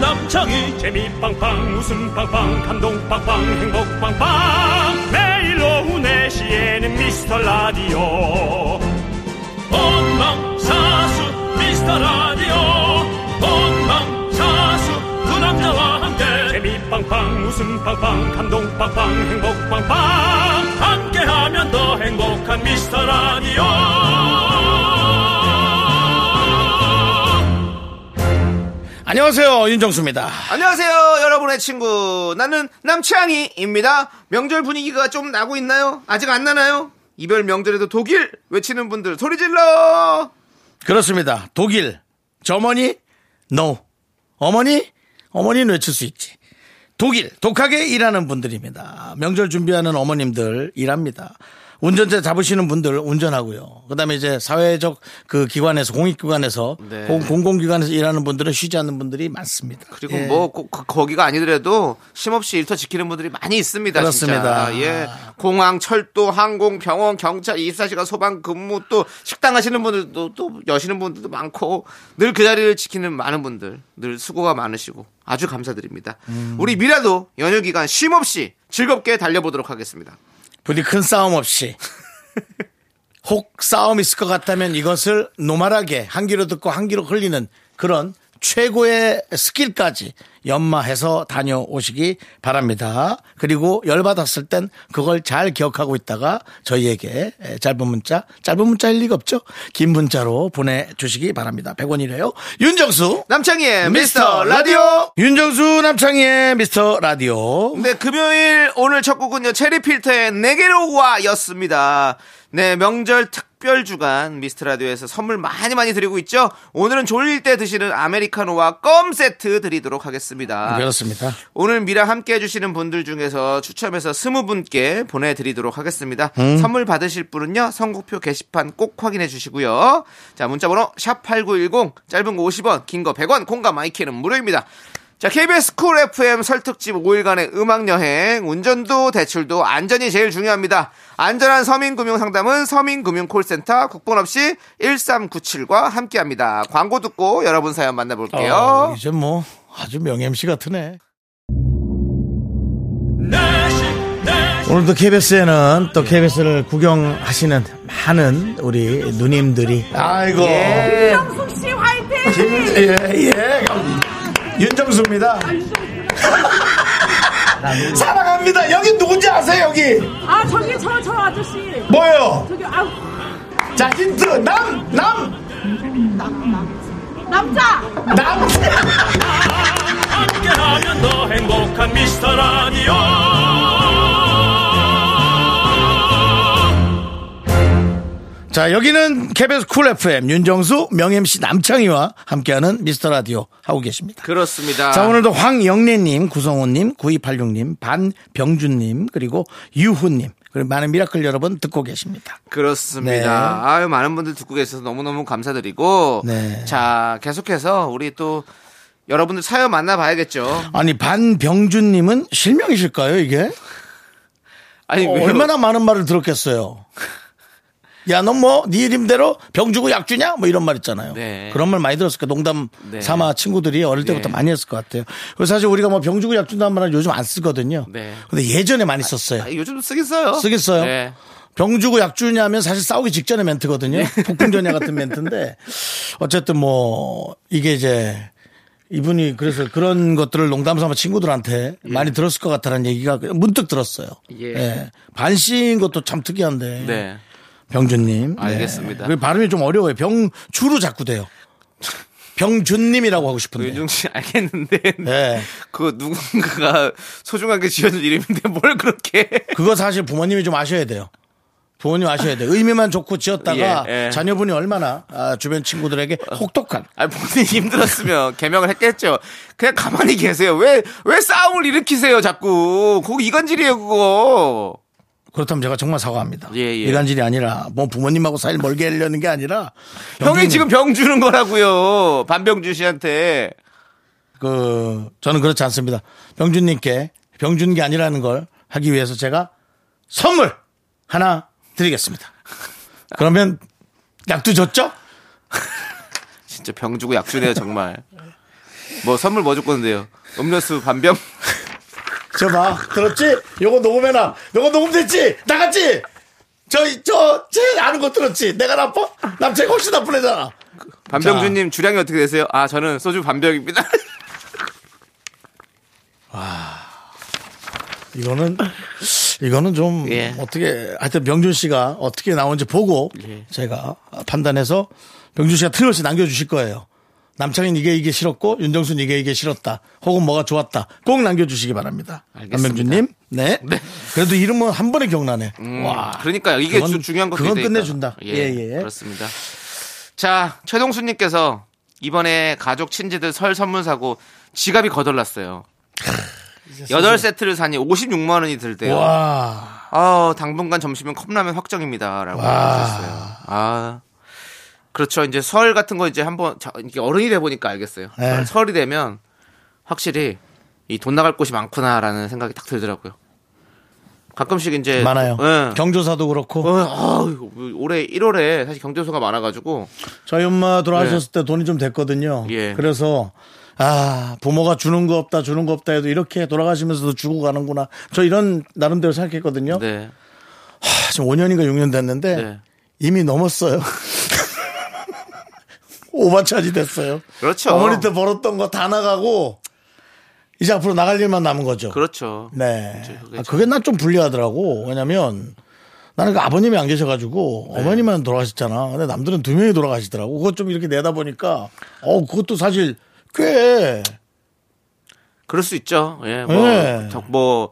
남창희 재미 빵빵 웃음 빵빵 감동 빵빵 행복 빵빵 매일 오후 네시에는 미스터 라디오 본방사수 미스터 라디오 본방사수 그 남자와 함께 재미 빵빵 웃음 빵빵 감동 빵빵 행복 빵빵 함께하면 더 행복한 미스터 라디오 안녕하세요 윤정수입니다. 안녕하세요, 여러분의 친구. 나는 남치앙이입니다. 명절 분위기가 좀 나고 있나요? 아직 안 나나요? 이별 명절에도 독일 외치는 분들 소리 질러! 그렇습니다. 독일 저머니 no 어머니 어머니는 외칠 수 있지. 독일 독하게 일하는 분들입니다. 명절 준비하는 어머님들 일합니다. 운전자 잡으시는 분들 운전하고요. 그다음에 이제 사회적 그 기관에서 공익기관에서 네. 혹은 공공기관에서 일하는 분들은 쉬지 않는 분들이 많습니다. 그리고 예. 뭐 거, 기가 아니더라도 쉼없이 일터 지키는 분들이 많이 있습니다. 그렇습니다. 진짜. 예, 공항, 철도, 항공, 병원, 경찰, 24시간 소방 근무 또 식당 하시는 분들도 또 여시는 분들도 많고 늘 그 자리를 지키는 많은 분들 늘 수고가 많으시고 아주 감사드립니다. 음. 우리 미라도 연휴 기간 쉼없이 즐겁게 달려보도록 하겠습니다. 부디 큰 싸움 없이 혹 싸움 있을 것 같다면 이것을 노멀하게 한 귀로 듣고 한 귀로 흘리는 그런 최고의 스킬까지 연마해서 다녀오시기 바랍니다. 그리고 열받았을 땐 그걸 잘 기억하고 있다가 저희에게 짧은 문자, 짧은 문자일 리가 없죠? 긴 문자로 보내주시기 바랍니다. 100원이래요. 윤정수! 남창희의 네, 미스터 라디오. 윤정수 남창희의 미스터 라디오. 네, 금요일 오늘 첫 곡은요. 체리필터의 내게로 와였습니다. 네, 명절 특별 주간 미스트 라디오에서 선물 많이 많이 드리고 있죠. 오늘은 졸릴 때 드시는 아메리카노와 껌 세트 드리도록 네. 하겠습니다. 그렇습니다. 오늘 미라 함께 해주시는 분들 중에서 추첨해서 스무 분께 보내드리도록 하겠습니다. 음. 선물 받으실 분은요, 선곡표 게시판 꼭 확인해 주시고요. 자, 문자번호 샵8910, 짧은 거 50원, 긴 거 100원, 콩과 마이키는 무료입니다. 자, KBS 쿨 FM 설특집 5일간의 음악여행, 운전도 대출도 안전이 제일 중요합니다. 안전한 서민금융상담은 서민금융콜센터 국번 없이 1397과 함께합니다. 광고 듣고 여러분 사연 만나볼게요. 어, 이제 뭐 아주 명 MC 같으네. 오늘도 KBS에는 또 KBS를 구경하시는 많은 우리 누님들이 아이고 예. 씨 화이팅! 예, 예. 윤정수입니다. 사랑합니다. 여기 누군지 아세요? 여기 아 저기 저 저 아저씨 뭐요? 저기 아 자 힌트 남남 남자 남. 함께하면 더 행복한 미스터 라디오 자 여기는 KBS 쿨 FM 윤정수 명 MC 남창희와 함께하는 미스터 라디오 하고 계십니다. 그렇습니다. 자, 오늘도 황영래님, 구성호님, 9286님, 반병준님, 그리고 유후님, 그리고 많은 미라클 여러분 듣고 계십니다. 그렇습니다. 네. 아유, 많은 분들 듣고 계셔서 너무너무 감사드리고. 네. 자, 계속해서 우리 또 여러분들 사연 만나봐야겠죠. 아니, 반병준님은 실명이실까요, 이게? 아니, 어, 왜요? 얼마나 많은 말을 들었겠어요. 야, 넌 뭐, 네 이름대로 병 주고 약 주냐? 뭐 이런 말 있잖아요. 네. 그런 말 많이 들었을 거예요. 농담 네. 삼아 친구들이 어릴 때부터 네. 많이 했을 것 같아요. 그래서 사실 우리가 뭐 병 주고 약 준다는 말은 요즘 안 쓰거든요. 네. 근데 예전에 많이 썼어요. 아, 요즘 쓰긴 써요. 쓰겠어요 네. 병 주고 약 주냐면 사실 싸우기 직전의 멘트거든요. 네. 폭풍전야 같은 멘트인데 어쨌든 뭐 이게 이제 이분이 그래서 그런 것들을 농담삼아 친구들한테 많이 들었을 것 같다는 얘기가 그냥 문득 들었어요. 예. 반씨인 것도 참 특이한데. 네. 병준님. 네. 알겠습니다. 그리고 발음이 좀 어려워요. 병주로 자꾸 돼요. 병준님이라고 하고 그 싶은데. 윤종 씨 알겠는데. 네. 그 누군가가 소중하게 지어준 이름인데 뭘 그렇게. 그거 사실 부모님이 좀 아셔야 돼요. 부모님 아셔야 돼요. 의미만 좋고 지었다가 예, 예. 자녀분이 얼마나 아, 주변 친구들에게 혹독한. 아, 본인이 힘들었으면 개명을 했겠죠. 그냥 가만히 계세요. 왜, 왜 싸움을 일으키세요, 자꾸. 그거 이간질이에요, 그거. 그렇다면 제가 정말 사과합니다. 예, 예. 이간질이 아니라 뭐 부모님하고 사이를 멀게 하려는 게 아니라 형이 형님, 지금 병 주는 거라고요. 반병준 씨한테. 그 저는 그렇지 않습니다. 병준님께 병준 게 아니라는 걸 하기 위해서 제가 선물 하나 드리겠습니다. 그러면 약도 줬죠? 진짜 병 주고 약 주네요 정말. 뭐 선물 뭐 줬건데요? 음료수 반병? 저 봐. 들었지? 요거 녹음해놔. 요거 녹음됐지? 나갔지? 저, 저, 쟤 아는 거 들었지? 내가 나빠? 남자가 훨씬 나쁜 애잖아. 반병주님 주량이 어떻게 되세요? 아 저는 소주 반병입니다. 이거는, 이거는 좀, 예. 어떻게, 하여튼 명준 씨가 어떻게 나오는지 보고, 예. 제가 판단해서 명준 씨가 틀림없이 남겨주실 거예요. 남창인 이게 이게 싫었고, 윤정순 이게 이게 싫었다. 혹은 뭐가 좋았다. 꼭 남겨주시기 바랍니다. 알겠습니다. 남명준님? 네. 그래도 이름은 한 번에 기억나네. 음. 와. 그러니까 이게 그건- 주- 중요한 것도 그건 되니까. 끝내준다. 예, 예. 그렇습니다. 자, 최동수님께서 이번에 가족 친지들 설 선물 사고 지갑이 거덜났어요. 여덟 세트를 사니 56만 원이 들대요. 와. 아, 당분간 점심은 컵라면 확정입니다라고 하셨어요. 아. 그렇죠. 이제 설 같은 거 이제 한번 자, 이게 어른이 돼 보니까 알겠어요. 네. 설이 되면 확실히 이 돈 나갈 곳이 많구나라는 생각이 딱 들더라고요. 가끔씩 이제 많아요. 예. 경조사도 그렇고 어, 아유, 올해 1월에 사실 경제소가 많아가지고 저희 엄마 돌아가셨을 때 돈이 좀 됐거든요. 네. 예. 그래서 아 부모가 주는 거 없다 주는 거 없다 해도 이렇게 돌아가시면서도 주고 가는구나. 저 이런 나름대로 생각했거든요. 네. 아, 지금 5년인가 6년 됐는데 네. 이미 넘었어요. 오바차지 됐어요. 그렇죠. 어머니 때 벌었던 거 다 나가고 이제 앞으로 나갈 일만 남은 거죠. 그렇죠. 네. 그게 아, 그게 난 좀 불리하더라고. 왜냐면 나는 그 아버님이 안 계셔가지고 네. 어머니만 돌아가셨잖아. 근데 남들은 두 명이 돌아가시더라고. 그것 좀 이렇게 내다 보니까 어 그것도 사실 꽤 그럴 수 있죠. 예. 뭐, 네. 적- 뭐,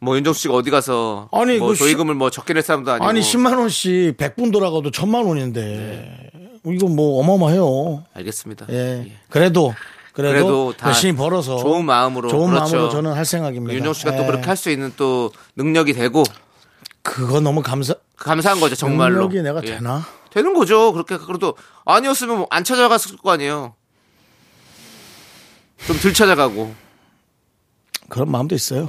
뭐 윤정수 씨가 어디 가서 아니, 뭐 그 시- 조의금을 뭐 적게 낼 사람도 아니고 아니 10만 원씩 100분 돌아가도 1000만 원인데 이거 뭐 어마어마해요. 알겠습니다. 예. 예. 그래도 그래도, 그래도 다 열심히 벌어서 좋은 마음으로 좋은 그렇죠. 마음으로 저는 할 생각입니다. 윤정수 씨가 또 예. 그렇게 할 수 있는 또 능력이 되고 그거 너무 감사 감사한 거죠 정말로. 능력이 내가 예. 되나? 되는 거죠. 그렇게 그래도 아니었으면 뭐안 찾아갔을 거 아니에요. 좀 덜 찾아가고. 그런 마음도 있어요.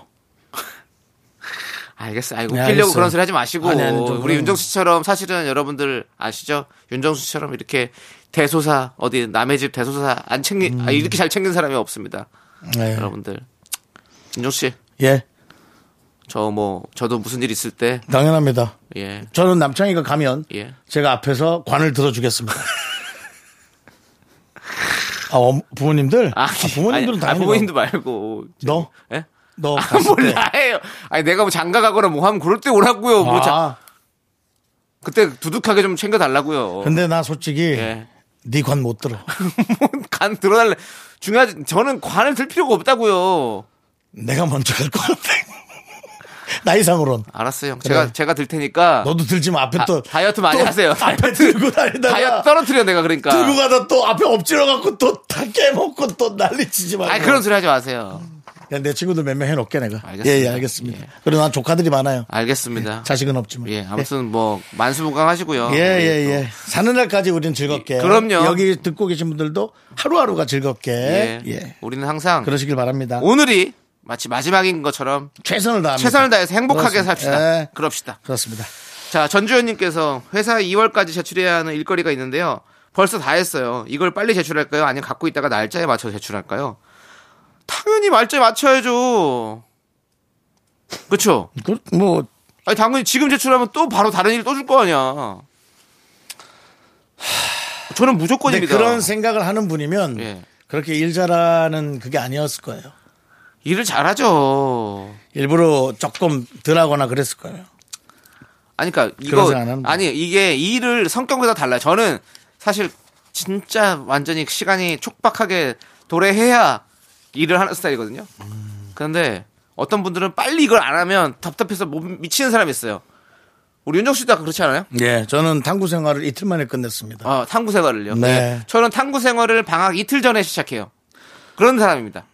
알겠어. 아이고, 네, 웃기려고 알겠어요. 그런 소리 하지 마시고. 아니, 아니, 좀 우리 그런- 윤정수 씨처럼 사실은 여러분들 아시죠? 윤정수 씨처럼 이렇게 대소사, 어디 남의 집 대소사 안 챙기, 아, 이렇게 잘 챙긴 사람이 없습니다. 음. 네. 여러분들. 윤정수 씨, 예, 저 뭐, 저도 무슨 일 있을 때, 당연합니다. 예, 저는 남창이가 가면 예. 제가 앞에서 관을 들어주겠습니다. 아, 어, 부모님들? 아, 부모님들은 아니, 아, 당연히 부모님도 말고. 너? 예? 너 아, 갔을 때. 몰라요. 아니, 내가 뭐 장가 가거나 뭐 하면 그럴 때 오라고요. 뭐 자, 아, 그때 두둑하게 좀 챙겨달라고요. 근데 나 솔직히 예. 네 관 못 들어. 간 들어달래. 중요하지. 저는 관을 들 필요가 없다고요. 내가 먼저 갈 것 같아. 나이상으론. 알았어요, 형. 그래. 제가 제가 들 테니까 너도 들지 마. 앞에 아, 다, 또. 다이어트 많이 또 하세요. 앞에 들고 다니다가. 다이어트 떨어뜨려 내가 그러니까. 들고 가다 또 앞에 엎질러갖고 또 다 깨먹고 또 난리 치지 말고. 아니 그런 소리 하지 마세요. 야, 내 친구들 몇 명 해놓게 내가. 알겠습니다. 예, 예, 알겠습니다. 그리고 난 조카들이 많아요. 알겠습니다. 자식은 없지만. 예, 아무튼 뭐 만수무강하시고요. 예, 예, 우리 또 예. 사는 날까지 우리는 즐겁게. 예, 아, 그럼요. 여기 듣고 계신 분들도 하루하루가 즐겁게. 예. 예. 우리는 항상 그러시길 바랍니다. 오늘이 마치 마지막인 것처럼 최선을 다합니다. 최선을 다해서 행복하게 그렇습니다. 삽시다. 예. 그럽시다. 그렇습니다. 자, 전주현님께서 회사 2월까지 제출해야 하는 일거리가 있는데요. 벌써 다 했어요. 이걸 빨리 제출할까요? 아니면 갖고 있다가 날짜에 맞춰 제출할까요? 당연히 날짜에 맞춰야죠. 그쵸? 그, 뭐, 아니, 당연히 지금 제출하면 또 바로 다른 일 또 줄 거 아니야. 저는 근데 무조건입니다. 네, 그런 생각을 하는 분이면 예. 그렇게 일 잘하는 그게 아니었을 거예요. 일을 잘하죠. 일부러 조금 덜하거나 그랬을 거예요. 아니, 그러니까 그런 이거 생각 안 합니다. 아니 이게 일을 성격마다 달라요. 저는 사실 진짜 완전히 시간이 촉박하게 도래해야 일을 하는 스타일이거든요. 그런데 어떤 분들은 빨리 이걸 안 하면 답답해서 못 미치는 사람이 있어요. 우리 윤정 씨도 아까 그렇지 않아요? 예. 저는 탐구 생활을 이틀 만에 끝냈습니다. 어, 탐구 생활을요. 예. 네. 저는 탐구 생활을 방학 이틀 전에 시작해요. 그런 사람입니다.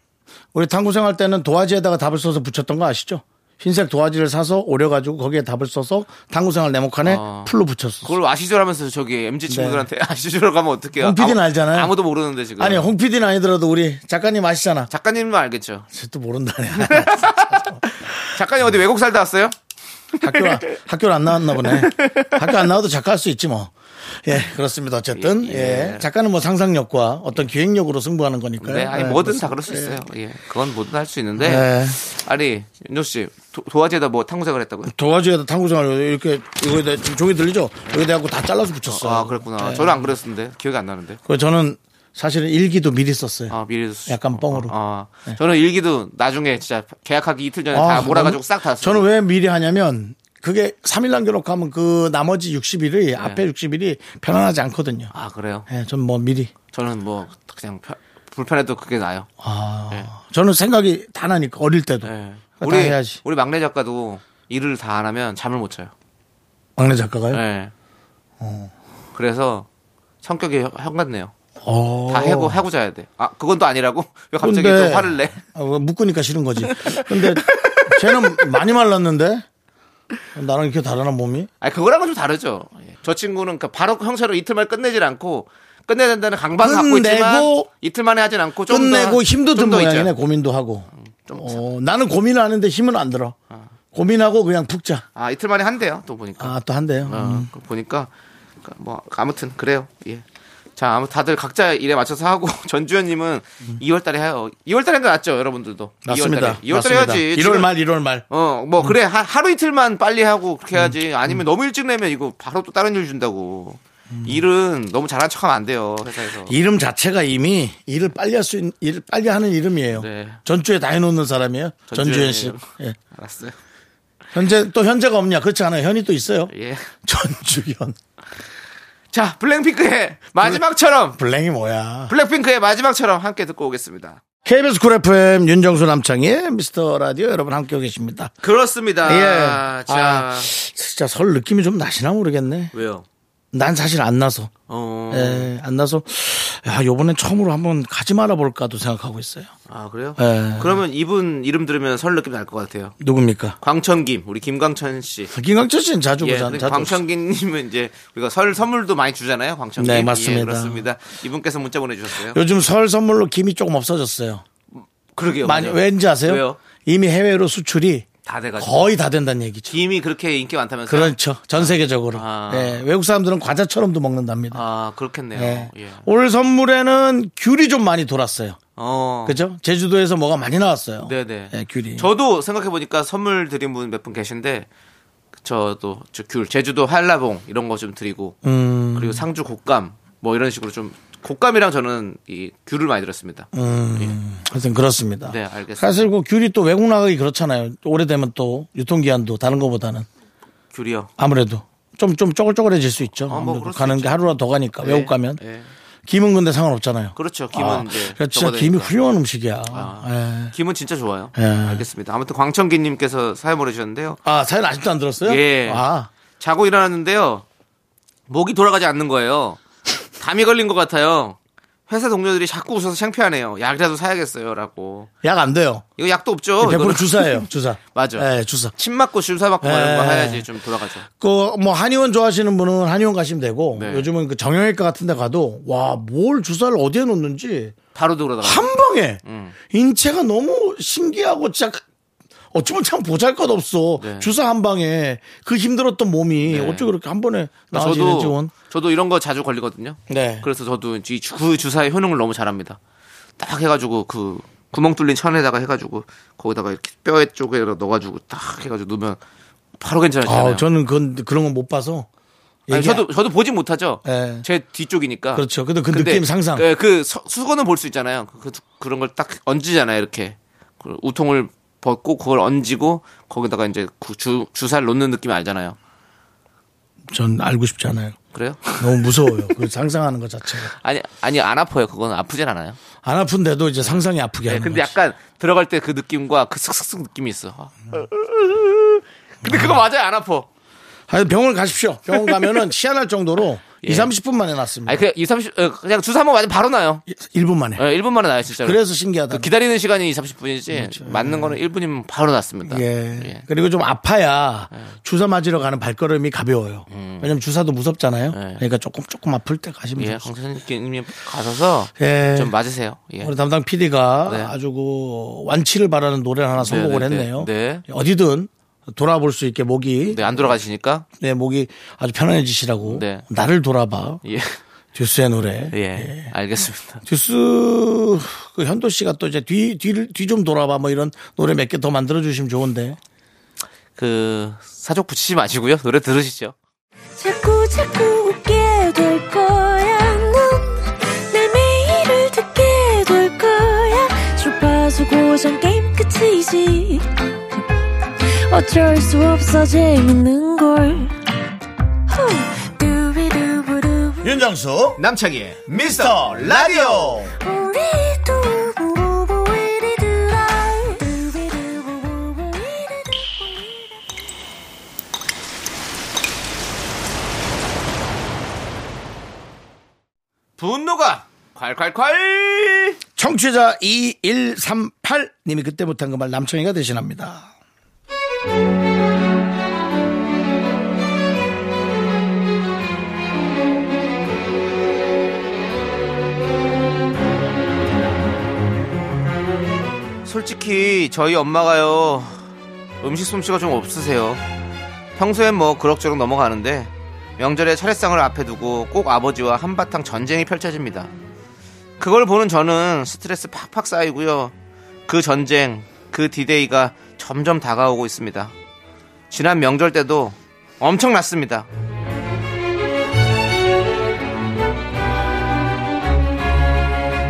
우리 탐구 생활 때는 도화지에다가 답을 써서 붙였던 거 아시죠? 흰색 도화지를 사서 오려가지고 거기에 답을 써서 탐구 생활 네모칸에 어. 풀로 붙였어. 그걸 아시죠 하면서 저기 MZ 친구들한테 아시죠로 가면 어떡해요? 홍 PD 는 아무- 네. 음, 알잖아요. 아무도 모르는데 지금. 네. 아니 홍 PD는 아니더라도 우리 작가님 아시잖아. 작가님은 알겠죠. 쟤또 모른다네. 작가님 어디 외국 살다 왔어요? 학교 학교를 안 나왔나 보네. 학교 안 나와도 작가 할 수 있지 뭐. 예, 그렇습니다. 어쨌든 예, 작가는 뭐 상상력과 어떤 기획력으로 승부하는 거니까요. 네, 아니 예, 뭐든 그렇습니다. 다 그럴 수 있어요. 예, 그건 뭐든 할 수 있는데 네. 아니 윤조 씨 도, 도화지에다 뭐 탐구생활 했다고요? 도화지에다 탐구생활 이렇게 이거에다 지금 종이 들리죠? 여기다 갖고 다 잘라서 붙였어. 아 그랬구나. 예. 저는 안 그랬었는데 기억이 안 나는데. 그 저는 사실은 일기도 미리 썼어요. 아 미리 쓰시고. 약간 뻥으로. 네. 아, 저는 일기도 나중에 진짜 계약하기 이틀 전에 아, 다 몰아가지고 너무- 싹 다. 저는 왜 미리 하냐면 그게 3일 남겨놓고 하면 그 나머지 60일이 네. 앞에 60일이 편안하지 않거든요. 아 그래요? 예, 전 뭐 미리. 저는 뭐 그냥 편- 불편해도 그게 나요. 아, 저는 생각이 다 나니까 어릴 때도. 예. 그러니까 우리 다 해야지. 우리 막내 작가도 일을 다 안 하면 잠을 못 자요. 막내 작가가요? 예. 그래서 성격이 형- 형 같네요. 어. 다 하고 하고 자야 돼. 아 그건 또 아니라고? 왜 갑자기 근데- 또 화를 내? 아, 뭐 묶으니까 싫은 거지. 근데 쟤는 많이 말랐는데 나랑 이렇게 다르나 몸이? 아니 그거랑은 좀 다르죠. 예. 저 친구는 그 바로 형사로 이틀만 끝내질 않고 끝내야 된다는 강박을 갖고 있지만 끝내고- 이틀 만에 하진 않고 좀 끝내고 더, 힘도 든 좀더 있죠. 모양이네 그 고민도 하고. 좀 어, 나는 고민을 하는데 힘은 안 들어. 고민하고 그냥 푹 자. 아 이틀 만에 한대요. 또 보니까 아 또 한대요. 어, 음. 그거 보니까 그러니까 뭐 아무튼 그래요. 예. 자 아무 다들 각자 일에 맞춰서 하고 전주현님은 2월달에 해요. 2월달에 낫죠 여러분들도. 음. 맞습니다. 2월달에, 2월달에 해야지. 1월 지금- 말, 1월 말. 어, 음. 뭐, 그래. 하, 하루 이틀만 빨리 하고 그렇게 해야지. 아니면 너무 일찍 내면 이거 바로 또 다른 일 준다고. 일은 너무 잘한 척 하면 안 돼요. 회사에서. 음. 이름 자체가 이미 일을 빨리 할 수 있는, 일을 빨리 하는 이름이에요. 네. 전주에 다 해놓는 사람이에요. 전주현 전주현이에요. 씨. 예. 알았어요. 현재, 또 현재가 없냐? 그렇지 않아요. 현이 또 있어요. 예. 전주현. 자, 블랙핑크의 마지막처럼. 블랭이 뭐야. 블랙핑크의 마지막처럼 함께 듣고 오겠습니다. KBS 쿨 FM 윤정수 남창희의 미스터 라디오 여러분 함께하고 계십니다. 그렇습니다. 예. 아, 자, 아, 진짜 설 느낌이 좀 나시나 모르겠네. 왜요? 난 사실 안 나서. 어, 예, 안 나서. 야, 요번엔 처음으로 한번 가지 말아볼까도 생각하고 있어요. 아, 그래요? 예. 그러면 이분 이름 들으면 설 느낌 날 것 같아요. 누굽니까? 광천김, 우리 김광천 씨. 김광철 씨는 자주 예, 보잖아요. 근데 광천기님은 이제 우리가 설 선물도 많이 주잖아요. 광천기 네, 예, 맞습니다. 그렇습니다. 이분께서 문자 보내주셨어요. 요즘 설 선물로 김이 조금 없어졌어요. 그러게요. 많이 네, 맞아요. 왠지 아세요? 왜요? 이미 해외로 수출이 다 돼가지고 거의 다 된다는 얘기죠. 김이 그렇게 인기 많다면서요? 그렇죠. 전 세계적으로. 아. 예, 외국 사람들은 과자처럼도 먹는답니다. 아 그렇겠네요. 예. 예. 올 선물에는 귤이 좀 많이 돌았어요. 어. 그죠? 제주도에서 뭐가 많이 나왔어요. 네네. 예, 귤이. 저도 생각해 보니까 선물 드린 분 몇 분 계신데 저도 저 귤, 제주도 한라봉 이런 거 좀 드리고 음. 그리고 상주 곶감 뭐 이런 식으로 좀 곶감이랑 저는 이 귤을 많이 들었습니다. 음, 하여튼 그렇습니다. 네, 알겠습니다. 사실 그 귤이 또 외국 나가기 그렇잖아요. 오래되면 또 유통기한도 다른 것보다는 귤이요. 아무래도 좀, 좀 쪼글쪼글해질 수 있죠. 뭐 아무래도 그럴 수 가는 있죠. 게 하루라도 더 가니까 외국 예, 가면. 예. 김은 근데 상관없잖아요. 그렇죠. 김은 아, 이제 그러니까 진짜 적어도 김이 되니까. 훌륭한 음식이야. 아, 예. 김은 진짜 좋아요. 예. 알겠습니다. 아무튼 광천기님께서 사연 보내주셨는데요. 아, 사연 아직도 안 들었어요? 예. 아, 자고 일어났는데요. 목이 돌아가지 않는 거예요. 감이 걸린 것 같아요. 회사 동료들이 자꾸 웃어서 창피하네요. 약이라도 사야겠어요. 라고. 약 안 돼요. 이거 약도 100% 없죠. 어, 이거는. 네, 주사예요, 주사. 맞아. 예, 주사. 침 맞고 주사 맞고 뭐 이런 거 예. 해야지 좀 돌아가죠. 그 뭐 한의원 좋아하시는 분은 한의원 가시면 되고 네. 요즘은 그 정형외과 같은 데 가도 와 뭘 주사를 어디에 놓는지 바로 돌아다가. 한 방에 음. 인체가 너무 신기하고 진짜 그, 어쩌면 참 보잘 것 없어. 네. 주사 한 방에 그 힘들었던 몸이 네. 어쩌고 이렇게 한 번에 나아지는지 저도 원. 저도 이런 거 자주 걸리거든요. 네. 그래서 저도 이제 그 주사의 효능을 너무 잘합니다. 딱 해가지고 그 구멍 뚫린 천에다가 해가지고 거기다가 이렇게 뼈에 쪽에 넣어가지고 딱 해가지고 누면 바로 괜찮아지잖아요. 아, 저는 그건 그런 건 못 봐서. 아니, 얘기 저도 저도 보진 못하죠. 예. 제 뒤쪽이니까. 그렇죠. 근데 그 느낌 상상. 예, 그 서- 수건은 볼 수 있잖아요. 그, 런 걸 딱 얹으잖아요. 이렇게 그 우통을 벗고 그걸 얹고 거기다가 이제 구- 주 주사를 놓는 느낌 알잖아요. 전 알고 싶지 않아요. 그래요? 너무 무서워요. 그 상상하는 것 자체가. 아니 아니 안 아파요. 그건 아프진 않아요. 안 아픈데도 이제 상상이 아프게 예, 하는 근데 거지. 약간 들어갈 때 그 느낌과 그 슥슥슥 느낌이 있어. 아. 근데 그거 맞아요. 안 아파. 아니, 병원 가십시오. 병원 가면은 시안할 정도로 이 2, 30분 만에 났습니다. 예. 아니 그냥 2, 30 어, 그냥 주사 한번 맞으면 바로 나요. 1분 만에. 예, 1분 만에 나요, 진짜. 그래서 신기하다. 기다리는 시간이 2, 30분이지 맞는 거는 1분이면 바로 났습니다. 예. 그리고 좀 아파야 예. 주사 맞으러 가는 발걸음이 가벼워요. 왜냐면 주사도 무섭잖아요. 그러니까 조금 조금 아플 때 가시면 예, 좋습니다. 강선생님 가셔서 네. 예. 좀 맞으세요. 예. 우리 담당 PD가 네. 아주 그 완치를 바라는 노래를 하나 선곡을 네, 네, 했네요. 네. 어디든 돌아볼 수 있게 목이 네, 안 돌아가시니까. 내 목이 아주 편안해지시라고 네. 나를 돌아봐 예. 듀스의 노래 예. 알겠습니다. 듀스 그 현도 씨가 또 이제 뒤 뒤를 뒤 좀 돌아봐 뭐 이런 노래 몇 개 더 만들어 주시면 좋은데 그, 사족 붙이지 마시고요. 노래 들으시죠. 자꾸 자꾸 웃게 될 거야. 넌내 매일을 듣게 될 거야. 주파수 고정 게임 끝이지. 어쩔 수 없어 재밌는 걸. 후. 두비두부두. 윤정수 남창희의 미스터 라디오 우리 두부부부 우리 두라. 두비두부부부 우리 두부부. 분노가 콸콸콸! 청취자 2138님이 그때 못한 그 말 남청이가 대신합니다 솔직히 저희 엄마가요 음식 솜씨가 좀 없으세요 평소엔 뭐 그럭저럭 넘어가는데 명절에 차례상을 앞에 두고 꼭 아버지와 한바탕 전쟁이 펼쳐집니다 그걸 보는 저는 스트레스 팍팍 쌓이고요 그 전쟁 그 디데이가 점점 다가오고 있습니다 지난 명절 때도 엄청났습니다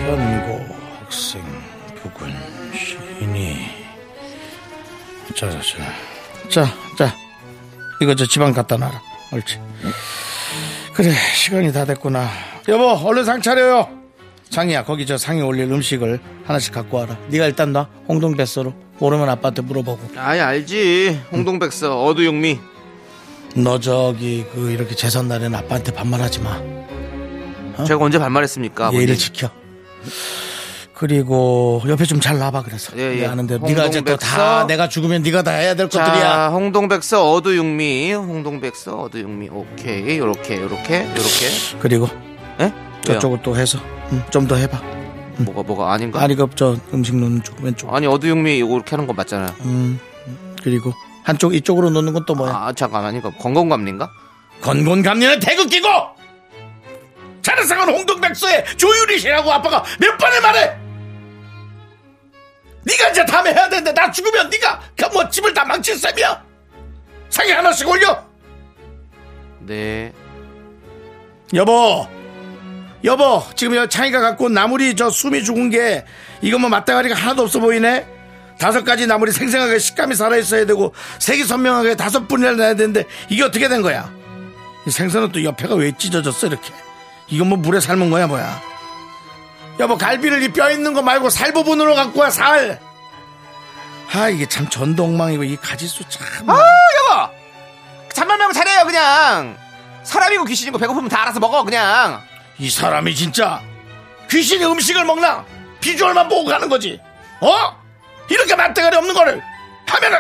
전국 학생 부군 시인이 자자자 자자 이거 저 집안 갖다 놔라 옳지 그래 시간이 다 됐구나 여보 얼른 상 차려요 장이야 거기 저 상에 올릴 음식을 하나씩 갖고 와라 네가 일단 놔 홍동 뱃소로 모르면 아빠한테 물어보고 아이 알지 홍동백서 어두육미 너 저기 그 이렇게 재선 날에는 아빠한테 반말하지 마 제가 언제 반말했습니까 아버님? 예의를 지켜. 그리고 옆에 좀 잘 놔봐 그래서 예, 예. 예, 아는데 네가 이제 또 다 홍동백서. 내가 죽으면 네가 다 해야 될 자, 것들이야. 홍동백서 어두육미, 홍동백서 어두육미. 오케이, 요렇게, 요렇게, 요렇게. 그리고 예? 저쪽을 또 해서 음, 좀 더 해봐. 왜요? 뭐가 뭐가 아닌가? 아니, 아니 그저 음식 놓는 쪽 왼쪽. 어두육미 이거 이렇게 하는 건 맞잖아요. 그리고 한쪽 이쪽으로 놓는 건 또 뭐야? 아 잠깐 아닌가? 건강감리인가? 건곤감리는 태극기고 자르상은 홍동백서의 조유리시라고 아빠가 몇 번을 말해 네가 이제 다음에 해야 되는데 나 죽으면 네가 그 뭐 집을 다 망칠 셈이야 상에 하나씩 올려 네. 여보 여보 지금 여 창이가 갖고 온 나물이 저 숨이 죽은 게 이것만 맞다가리가 하나도 없어 보이네 다섯 가지 나물이 생생하게 식감이 살아있어야 되고 색이 선명하게 다섯 분이나 나야 되는데 이게 어떻게 된 거야 이 생선은 또 옆에가 왜 찢어졌어 이렇게 이건 뭐 물에 삶은 거야 뭐야 여보 갈비를 이 뼈 있는 거 말고 살 부분으로 갖고 와살 아 이게 참 전동망이고 이 가지수 참 아 여보, 잠만 말고 잘해요 그냥. 사람이고 귀신이고 배고프면 다 알아서 먹어 그냥. 이 사람이 진짜 귀신이 음식을 먹나? 비주얼만 보고 가는 거지. 어? 이렇게 맛대가리 없는 거를 하면은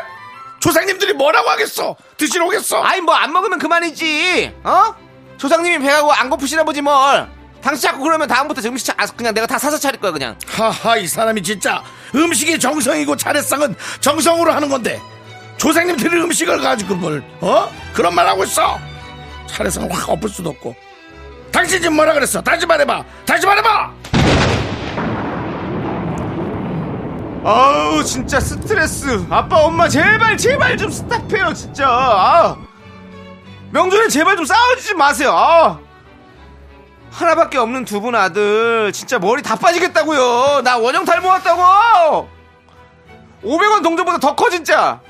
조상님들이 뭐라고 하겠어? 드시러 오겠어? 아이 뭐 안 먹으면 그만이지. 어? 조상님이 배가고 안 고프시나 보지 뭘. 당신 자꾸 그러면 다음부터 음식 차, 아, 그냥 내가 다 사서 차릴 거야 그냥. 하하, 이 사람이 진짜 음식이 정성이고 차례상은 정성으로 하는 건데 조상님 드린 음식을 가지고 그걸 어? 그런 말 하고 있어? 차례상 확 엎을 수도 없고 당신 지금 뭐라 그랬어? 다시 말해봐. 다시 말해봐. 아우 진짜 스트레스 아빠 엄마 제발 제발 좀 스탑해요 진짜 아. 명절에 제발 좀 싸워주지 마세요 아. 하나밖에 없는 두 분 아들 진짜 머리 다 빠지겠다고요 나 원형 탈모 왔다고 500원 동전보다 더 커 진짜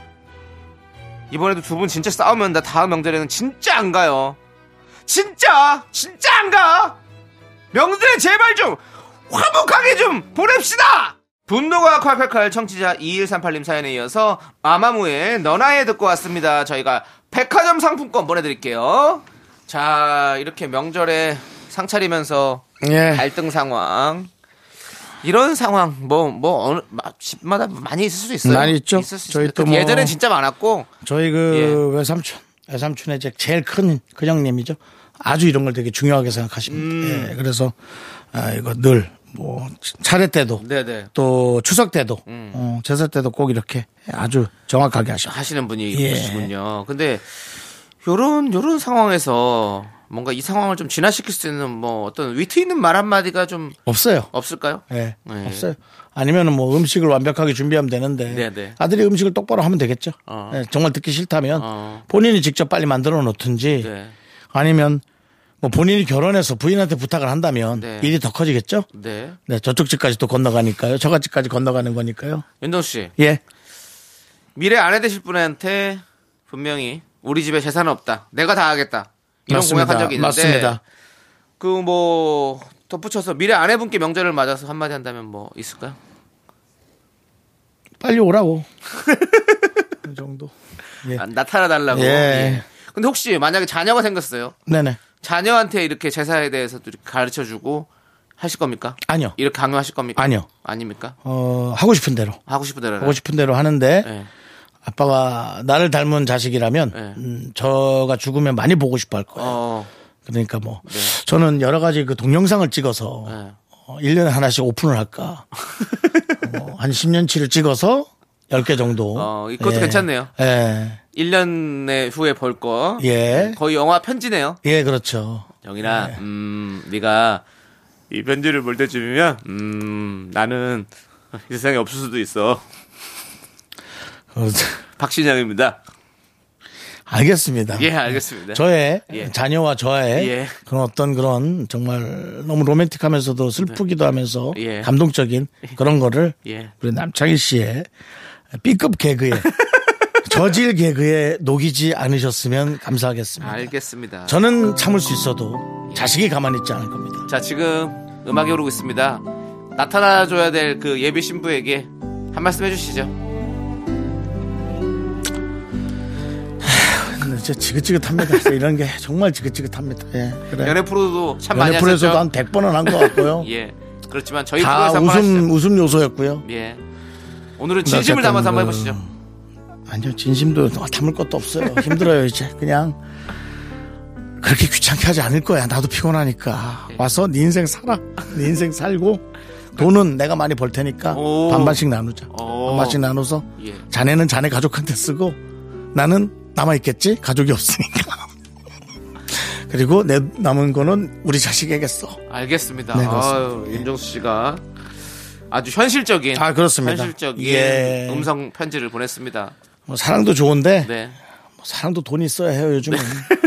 이번에도 두 분 진짜 싸우면 나 다음 명절에는 진짜 안 가요 진짜 진짜 안가 명절에 제발 좀 화목하게 좀 보냅시다 분노가 칼칼칼 청취자 2138님 사연에 이어서 마마무의 너나에 듣고 왔습니다 저희가 백화점 상품권 보내드릴게요 자 이렇게 명절에 상 차리면서 예. 갈등 상황 이런 상황 뭐 뭐 어느 마- 집마다 많이 있을 수 있어요. 많이 있죠. 있을 수 저희 있어요. 또 뭐- 예전엔 진짜 많았고 저희 그 예. 외삼촌, 외삼촌의 이제 제일 큰 음. 큰형님이죠. 아주 이런 걸 되게 중요하게 생각하십니다. 예, 그래서 아, 이거 늘 뭐 차례 때도 네네. 또 추석 때도 음. 어, 제사 때도 꼭 이렇게 아주 정확하게 하셔. 하시는 분이 예. 계시군요. 근데 요런 요런 상황에서 뭔가 이 상황을 좀 진화시킬 수 있는 뭐 어떤 위트 있는 말 한마디가 좀 없어요. 없을까요? 예, 네. 없어요. 아니면은 뭐 음식을 완벽하게 준비하면 되는데 네, 네. 아들이 음식을 똑바로 하면 되겠죠. 어. 예, 정말 듣기 싫다면 어. 본인이 직접 빨리 만들어 놓든지 네. 아니면 뭐 본인이 결혼해서 부인한테 부탁을 한다면 네. 일이 더 커지겠죠. 네. 네, 저쪽 집까지 또 건너가니까요. 저가 집까지 건너가는 거니까요. 윤동 씨. 예, 미래 아내 되실 분한테 분명히 우리 집에 재산 없다. 내가 다 하겠다. 이런 맞습니다. 공약한 적이 있는데 맞습니다. 그 뭐 덧붙여서 미래 아내분께 명절을 맞아서 한마디 한다면 뭐 있을까요? 빨리 오라고. 그 정도. 예. 아, 나타나달라고. 예. 예. 근데 혹시 만약에 자녀가 생겼어요. 네네. 자녀한테 이렇게 제사에 대해서 또 이렇게 가르쳐 주고 하실 겁니까? 아니요. 이렇게 강요하실 겁니까? 아니요. 아닙니까? 어, 하고 싶은 대로. 하고 싶은 대로. 하고 싶은 대로 하는데 예. 아빠가 나를 닮은 자식이라면 예. 음, 저가 죽으면 많이 보고 싶어 할 거예요. 어, 그러니까 뭐 저는 여러 가지 그 동영상을 찍어서 예. 어, 1년에 하나씩 오픈을 할까. 어, 한 10년치를 찍어서 10개 정도. 어, 이것도 괜찮네요. 예. 1년에 후에 볼 거. 예. 거의 영화 편지네요. 예, 그렇죠. 영이나 음, 네가 이 편지를 볼 때쯤이면 음, 나는 이 세상에 없을 수도 있어. 어, 박신양입니다. 알겠습니다. 예, 알겠습니다. 저의 예. 자녀와 저의 예. 그런 어떤 그런 정말 너무 로맨틱하면서도 슬프기도 하면서 네. 예. 감동적인 그런 거를 예. 우리 남창희 씨의 B급 개그에 저질 개그에 녹이지 않으셨으면 감사하겠습니다. 알겠습니다. 저는 참을 수 있어도 자식이 가만히 있지 않을 겁니다. 자, 지금 음악이 오르고 있습니다. 나타나 줘야 될 그 예비 신부에게 한 말씀 해 주시죠. 근데 진짜 지긋지긋합니다. 진짜 이런 게 정말 지긋지긋합니다. 예, 그래. 연애 프로도 참 연애 많이 프로에서도 하셨죠. 한 100번은 한 것 같고요. 예. 그렇지만 저희 다 프로에서 한번 하시죠. 웃음, 웃음 요소였고요. 예. 오늘은 진심을 어쨌든 담아서 한번 그- 해보시죠. 아니요 진심도 담을 것도 없어요 힘들어요 이제 그냥 그렇게 귀찮게 하지 않을 거야 나도 피곤하니까 와서 네 인생 살아 네 인생 살고 돈은 내가 많이 벌 테니까 오. 반반씩 나누자 오. 반반씩 나눠서 예. 자네는 자네 가족한테 쓰고 나는 남아있겠지 가족이 없으니까 그리고 내 남은 거는 우리 자식에게 써아 알겠습니다. 네, 아유, 그렇습니다. 예. 윤정수 씨가 아주 현실적인 그렇습니다 현실적인 예. 음성 편지를 보냈습니다. 뭐 사랑도 좋은데 네. 뭐 사랑도 돈 있어야 해요 요즘은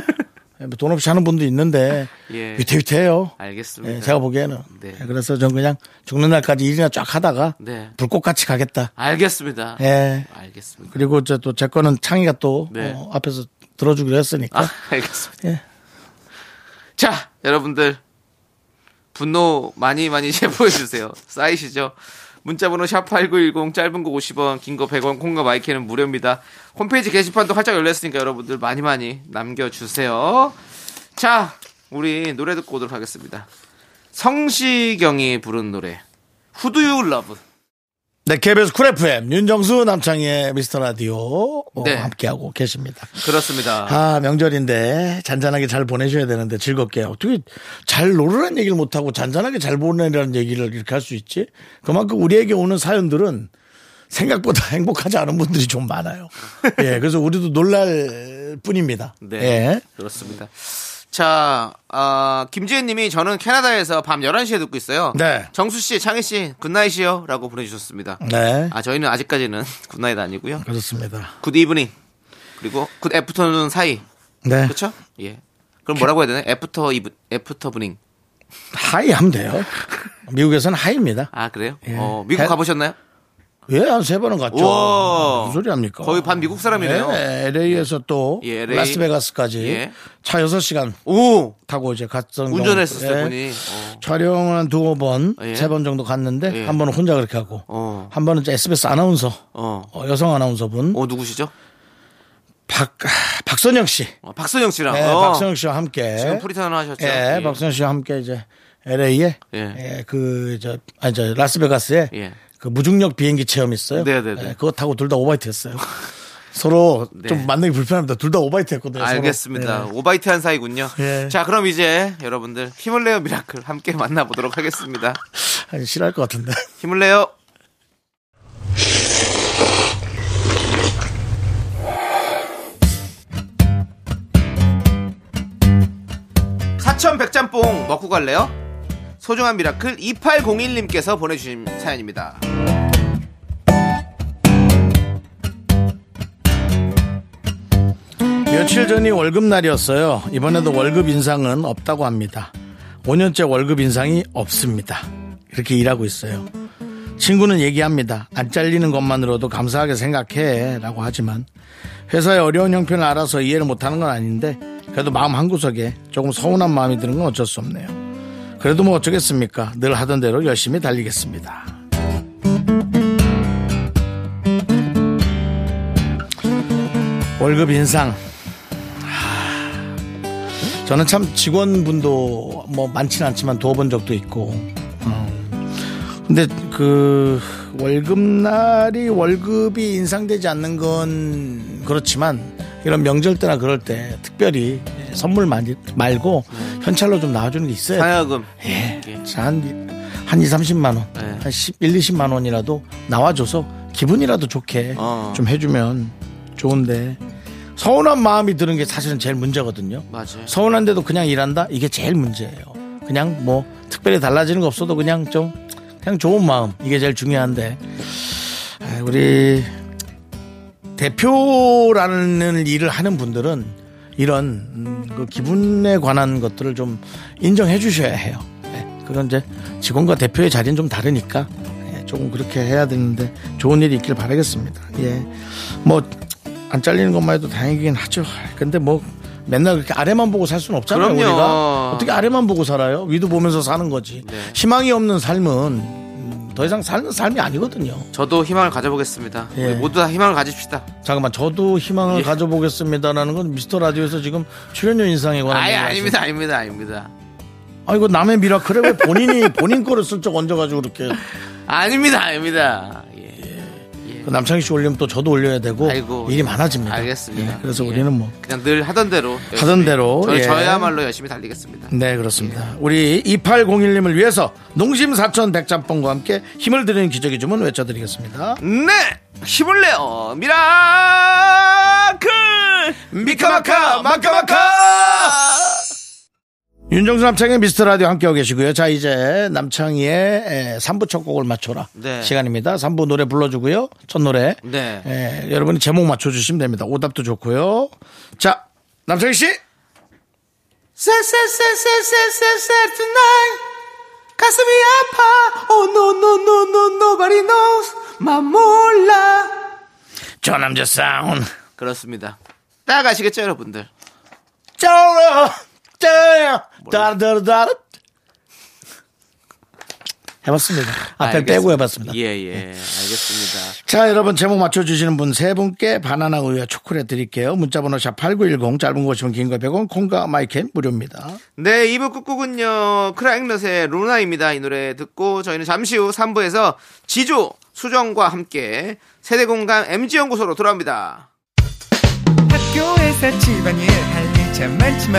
뭐돈 없이 하는 분도 있는데 예. 위태위태해요 알겠습니다. 예, 제가 보기에는 네. 예, 그래서 전 그냥 죽는 날까지 일이나 쫙 하다가 네. 불꽃같이 가겠다 알겠습니다. 예 알겠습니다. 그리고 저 또 제 거는 창의가 또 네. 어, 앞에서 들어주기로 했으니까 아, 알겠습니다. 예. 자, 여러분들 분노 많이 많이 제보해 주세요. 쌓이시죠? 문자번호 샵 #8910 짧은 거 50원, 긴 거 100원, 콩과 마이크는 무료입니다. 홈페이지 게시판도 활짝 열렸으니까 여러분들 많이 많이 남겨주세요. 자, 우리 노래 듣고 오도록 하겠습니다. 성시경이 부른 노래 후두유 러브. 네 KBS 쿨 FM 윤정수 남창희의 미스터 라디오 어, 네. 함께하고 계십니다 그렇습니다. 아 명절인데 잔잔하게 잘 보내셔야 되는데 즐겁게 어떻게 잘 놀으라는 얘기를 못하고 잔잔하게 잘 보내라는 얘기를 이렇게 할 수 있지 그만큼 우리에게 오는 사연들은 생각보다 행복하지 않은 분들이 좀 많아요 예 그래서 우리도 놀랄 뿐입니다 네. 예. 그렇습니다. 자, 아, 김지혜 님이 저는 캐나다에서 밤 11시에 듣고 있어요. 네. 정수 씨, 창희 씨, 굿나잇이요. 라고 보내주셨습니다. 네 아, 저희는 아직까지는 굿나잇 아니고요. 그렇습니다 굿 이브닝. 그리고 굿 애프터눈 사이. 네 그렇죠 예. 그럼 뭐라고 해야 되나? 애프터 이브, 애프터 브닝. 하이 하면 돼요 미국에서는 하이입니다 아, 그래요? 예. 어, 미국 해- 가보셨나요? 예 한 세 번은 갔죠 우와. 무슨 소리 합니까 거의 반 미국 사람이네요. LA에서 또 예, LA. 라스베가스까지 예. 차 6시간 오! 타고 이제 갔던 운전했었어요, 경우. 예. 분이. 어. 촬영을 한 두어 번, 예. 세 번 정도 갔는데 예. 한 번은 혼자 그렇게 하고 어. 한 번은 이제 SBS 아나운서 어. 어, 여성 아나운서분 어, 누구시죠? 박 아, 박선영 씨, 어, 박선영 씨랑. 네, 어. 박선영 씨와 함께 지금 프리타운 하셨죠? 예, 박선영 씨와 함께 이제 LA에 예. 그저 아니 저 라스베가스에 예. 그 무중력 비행기 체험 있어요. 예, 네, 네, 네. 그거 타고 둘 다 오바이트했어요. 서로 좀 만나기 불편합니다. 둘 다 오바이트했거든요. 서로. 알겠습니다. 예. 오바이트한 사이군요. 예. 자, 그럼 이제 여러분들 히말레어 미라클 함께 만나보도록 하겠습니다. 예, 아니, 싫어할 것 같은데. 힘을 내요. 사천 백짬뽕 먹고 갈래요? 소중한 미라클 2801님께서 보내주신 사연입니다. 며칠 전이 월급날이었어요. 이번에도 월급 인상은 없다고 합니다. 5년째 월급 인상이 없습니다. 이렇게 일하고 있어요. 친구는 얘기합니다. 안 잘리는 것만으로도 감사하게 생각해. 라고 하지만 회사의 어려운 형편을 알아서 이해를 못하는 건 아닌데 그래도 마음 한구석에 조금 서운한 마음이 드는 건 어쩔 수 없네요. 그래도 뭐 어쩌겠습니까? 늘 하던 대로 열심히 달리겠습니다. 월급 인상. 하, 저는 참 직원분도 뭐 많지는 않지만 도와본 적도 있고. 음. 근데 그 월급날이 월급이 인상되지 않는 건 그렇지만 이런 명절 때나 그럴 때 특별히 선물 많이 말고 현찰로 좀 나와주는 게 있어요. 상여금. 예. 자, 한, 한 2, 30만 원. 네. 한 10, 1, 20만 원이라도 나와줘서 기분이라도 좋게 어. 좀 해주면 좋은데 서운한 마음이 드는 게 사실은 제일 문제거든요. 맞아요. 서운한데도 그냥 일한다? 이게 제일 문제예요. 그냥 뭐 특별히 달라지는 거 없어도 그냥 좀 그냥 좋은 마음. 이게 제일 중요한데 아, 우리 대표라는 일을 하는 분들은 이런 음, 그 기분에 관한 것들을 좀 인정해 주셔야 해요. 네, 그건 이제 직원과 대표의 자리는 좀 다르니까 예, 조금 그렇게 해야 되는데 좋은 일이 있길 바라겠습니다. 예, 뭐 안 잘리는 것만 해도 다행이긴 하죠. 근데 뭐 맨날 그렇게 아래만 보고 살 수는 없잖아요. 그럼요. 우리가 어떻게 아래만 보고 살아요? 위도 보면서 사는 거지. 네. 희망이 없는 삶은 음, 더 이상 사는 삶이 아니거든요. 저도 희망을 가져보겠습니다. 예. 우리 모두 다 희망을 가집시다. 잠깐만 저도 예. 희망을 가져보겠습니다라는 건 미스터 라디오에서 지금 출연료 인상에 관한 아예 얘기라서. 아닙니다, 아닙니다, 아닙니다. 아 이거 남의 미라클에 왜 본인이 본인 거를 슬쩍 얹어가지고 이렇게 아닙니다, 아닙니다. 예. 그 남창희 씨 올리면 또 저도 올려야 되고 아이고. 예. 일이 많아집니다. 알겠습니다. 예, 그래서 예. 우리는 뭐. 그냥 늘 하던 대로. 열심히. 하던 대로, 저, 예. 저야말로 열심히 달리겠습니다. 네 그렇습니다. 우리 2801님을 위해서 농심 사천 백짬뽕과 함께 힘을 드리는 기적의 주문 외쳐드리겠습니다. 네! 힘을 내요! 미라클! 미카마카! 마카마카! 윤정수 남창의 미스터 라디오 함께하고 계시고요. 자 이제 남창희의 3부 첫 곡을 맞춰라 네. 시간입니다. 3부 노래 불러주고요. 첫 노래 네. 예, 여러분이 제목 맞춰주시면 됩니다. 오답도 좋고요. 자, 남창희 씨. 쎄쎄쎄쎄쎄쎄쎄 tonight 가슴이 아파 Oh no no no no nobody knows 마 몰라 저 남자 사운. 그렇습니다. 딱 아시겠죠 여러분들? 쩔어, 쩔어, 다르다르다르. 해봤습니다. 앞에 알겠습니다. 빼고 해봤습니다. 예예 알겠습니다. 자, 여러분 제목 맞춰주시는 분 세 분께 바나나 우유와 초콜릿 드릴게요. 문자번호 샵8910 짧은 곳이면 긴거 100원 콩과 마이캠 무료입니다. 네 2부 끝곡은요 크라잉넛의 루나입니다. 이 노래 듣고 저희는 잠시 후 3부에서 지조 수정과 함께 세대공감 MG연구소로 돌아옵니다. 학교에서 집안일 할 일 참 많지만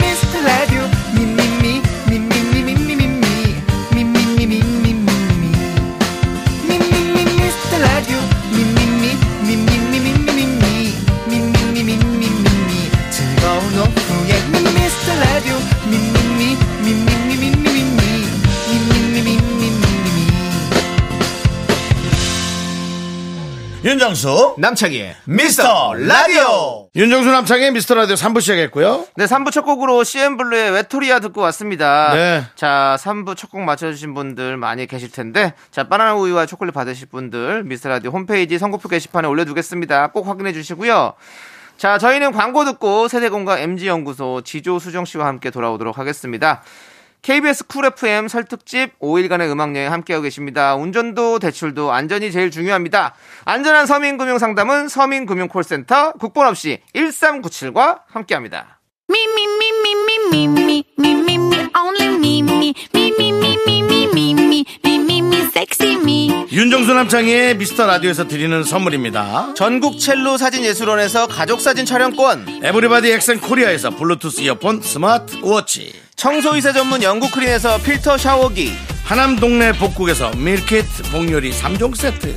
미스터 라디오 미미미 미미미미미미 미미미미미미 미미미 미스터 라디오 미미미 미미미미미미 미미미미미미 즐거운 오후에 미스터 라디오 미미미 미미미미미미 미미미미미미 윤정수, 남창희의 미스터 라디오. 윤정수 남창의 미스터 라디오 3부 시작했고요. 네, 3부 첫 곡으로 CN블루의 외톨이야 듣고 왔습니다. 네. 자, 3부 첫 곡 맞춰주신 분들 많이 계실 텐데, 자, 바나나 우유와 초콜릿 받으실 분들, 미스라디오 홈페이지 선고표 게시판에 올려두겠습니다. 꼭 확인해 주시고요. 자, 저희는 광고 듣고 세대공과 MG연구소 지조 수정 씨와 함께 돌아오도록 하겠습니다. KBS 쿨 FM 설 특집 5일간의 음악여행 함께하고 계십니다. 운전도 대출도 안전이 제일 중요합니다. 안전한 서민금융상담은 서민금융콜센터 국번 없이 1397과 함께합니다. Me, me, me, me, me, me, me, me, me, me, only me, me, me, me, me, me, me, me, me, me, me, me, sexy me. 윤정수 남창희의 미스터 라디오에서 드리는 선물입니다. 전국 첼로 사진 예술원에서 가족 사진 촬영권, 에브리바디 엑센 코리아에서 블루투스 이어폰 스마트 워치. 청소이사 전문 영국 크린에서 필터 샤워기, 하남 동네 복국에서 밀키트 복요리 3종 세트.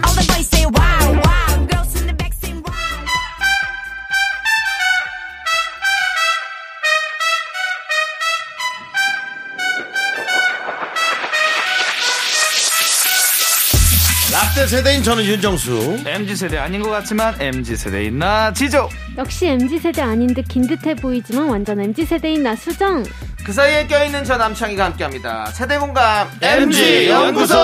All the boys say wow, wow. Girls in the back say wow. 라떼 세대인 저는 윤정수. 네, MZ 세대 아닌 것 같지만 MZ 세대인 나 지조. 역시 MZ세대 아닌 듯 긴 듯해 보이지만 완전 MZ세대인 나 수정. 그 사이에 껴있는 저 남창희가 함께합니다. 세대공감 MG 연구소.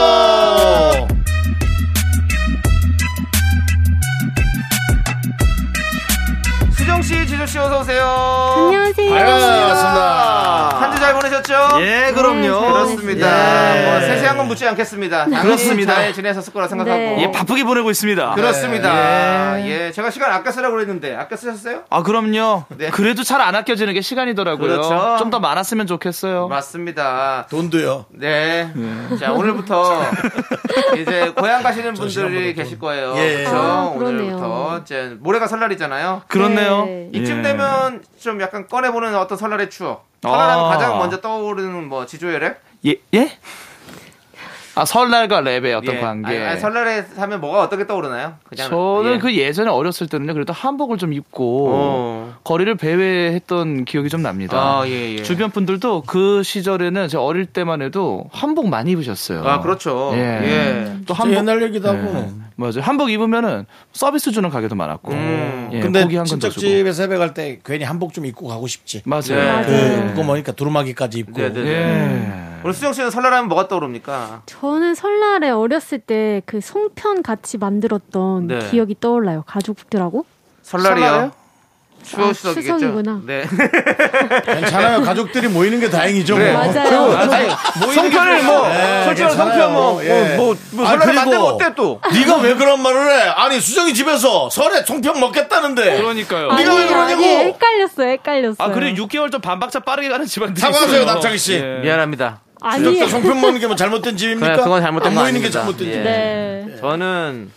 수정 씨, 지조 씨 어서 오세요. 안녕하세요. 반갑습니다. 한 주 잘 보내셨죠? 예, 네, 그럼요. 그렇습니다. 예. 뭐 세세한 건 묻지 않겠습니다. 그렇습니다. 잘 지내셨을 거라 생각하고. 네. 예, 바쁘게 보내고 있습니다. 그렇습니다. 예. 제가 시간 아까 쓰라고 그랬는데 아까 쓰셨어요? 아, 그럼요. 네. 그래도 잘 안 아껴지는 게 시간이더라고요. 그렇죠. 좀 더 많았으면 좋겠어요. 맞습니다. 돈도요. 네. 자, 오늘부터 이제 고향 가시는 분들이 계실 거예요. 예. 그렇죠? 아, 그러네요. 오늘부터 이제 모레가 설날이잖아요. 그렇네요. 네. 이쯤 예. 되면 좀 약간 꺼내보는 어떤 설날의 추억. 설날하면 아. 가장 먼저 떠오르는 뭐 지조의 랩? 예? 예? 아, 설날과 랩의 어떤 예. 관계. 아니, 아니, 설날에 하면 뭐가 어떻게 떠오르나요? 그냥 저는 예. 그 예전에 어렸을 때는요, 그래도 한복을 좀 입고 어. 거리를 배회했던 기억이 좀 납니다. 아, 예, 예. 주변 분들도 그 시절에는 제 어릴 때만 해도 한복 많이 입으셨어요. 아, 그렇죠. 예. 예. 또 한 한복 네. 옛날 얘기도 하고. 맞아요. 한복 입으면은 서비스 주는 가게도 많았고. 음. 예, 근데 고기 한근더 주고. 친척집에서 새벽 갈때 괜히 한복 좀 입고 가고 싶지. 맞아요. 네. 그, 그거 뭐니까 두루마기까지 입고. 네, 네, 네. 예. 오늘 수정 씨는 설날하면 뭐가 떠오릅니까? 저는 설날에 어렸을 때 그 송편 같이 만들었던 네. 기억이 떠올라요. 가족들하고. 설날이요? 아, 추석이겠죠. 추석이구나. 네. 괜찮아요. 가족들이 모이는 게 다행이죠. 그래. 뭐. 네, 맞아요. 아니, 성편을 뭐, 네, 솔직히 괜찮아요. 성편 뭐, 예. 뭐, 뭐, 뭐 아, 설날에 그리고- 만들면 어때 또? 네가 왜 그런 말을 해? 아니 수정이 집에서 설에 송편 먹겠다는데. 그러니까요. 네가 왜 그러냐고? 아니, 예. 헷갈렸어요. 헷갈렸어요. 아, 그리고 6개월 좀 반박자 빠르게 가는 집안들이 사과하세요, 있어요. 남창희 씨. 예. 미안합니다. 아니, 수정도 송편 먹는 게 뭐 잘못된 집입니까? 그래, 그건 잘못된 안 거 모이는 게 아닙니다. 잘못된 예. 집. 네. 저는,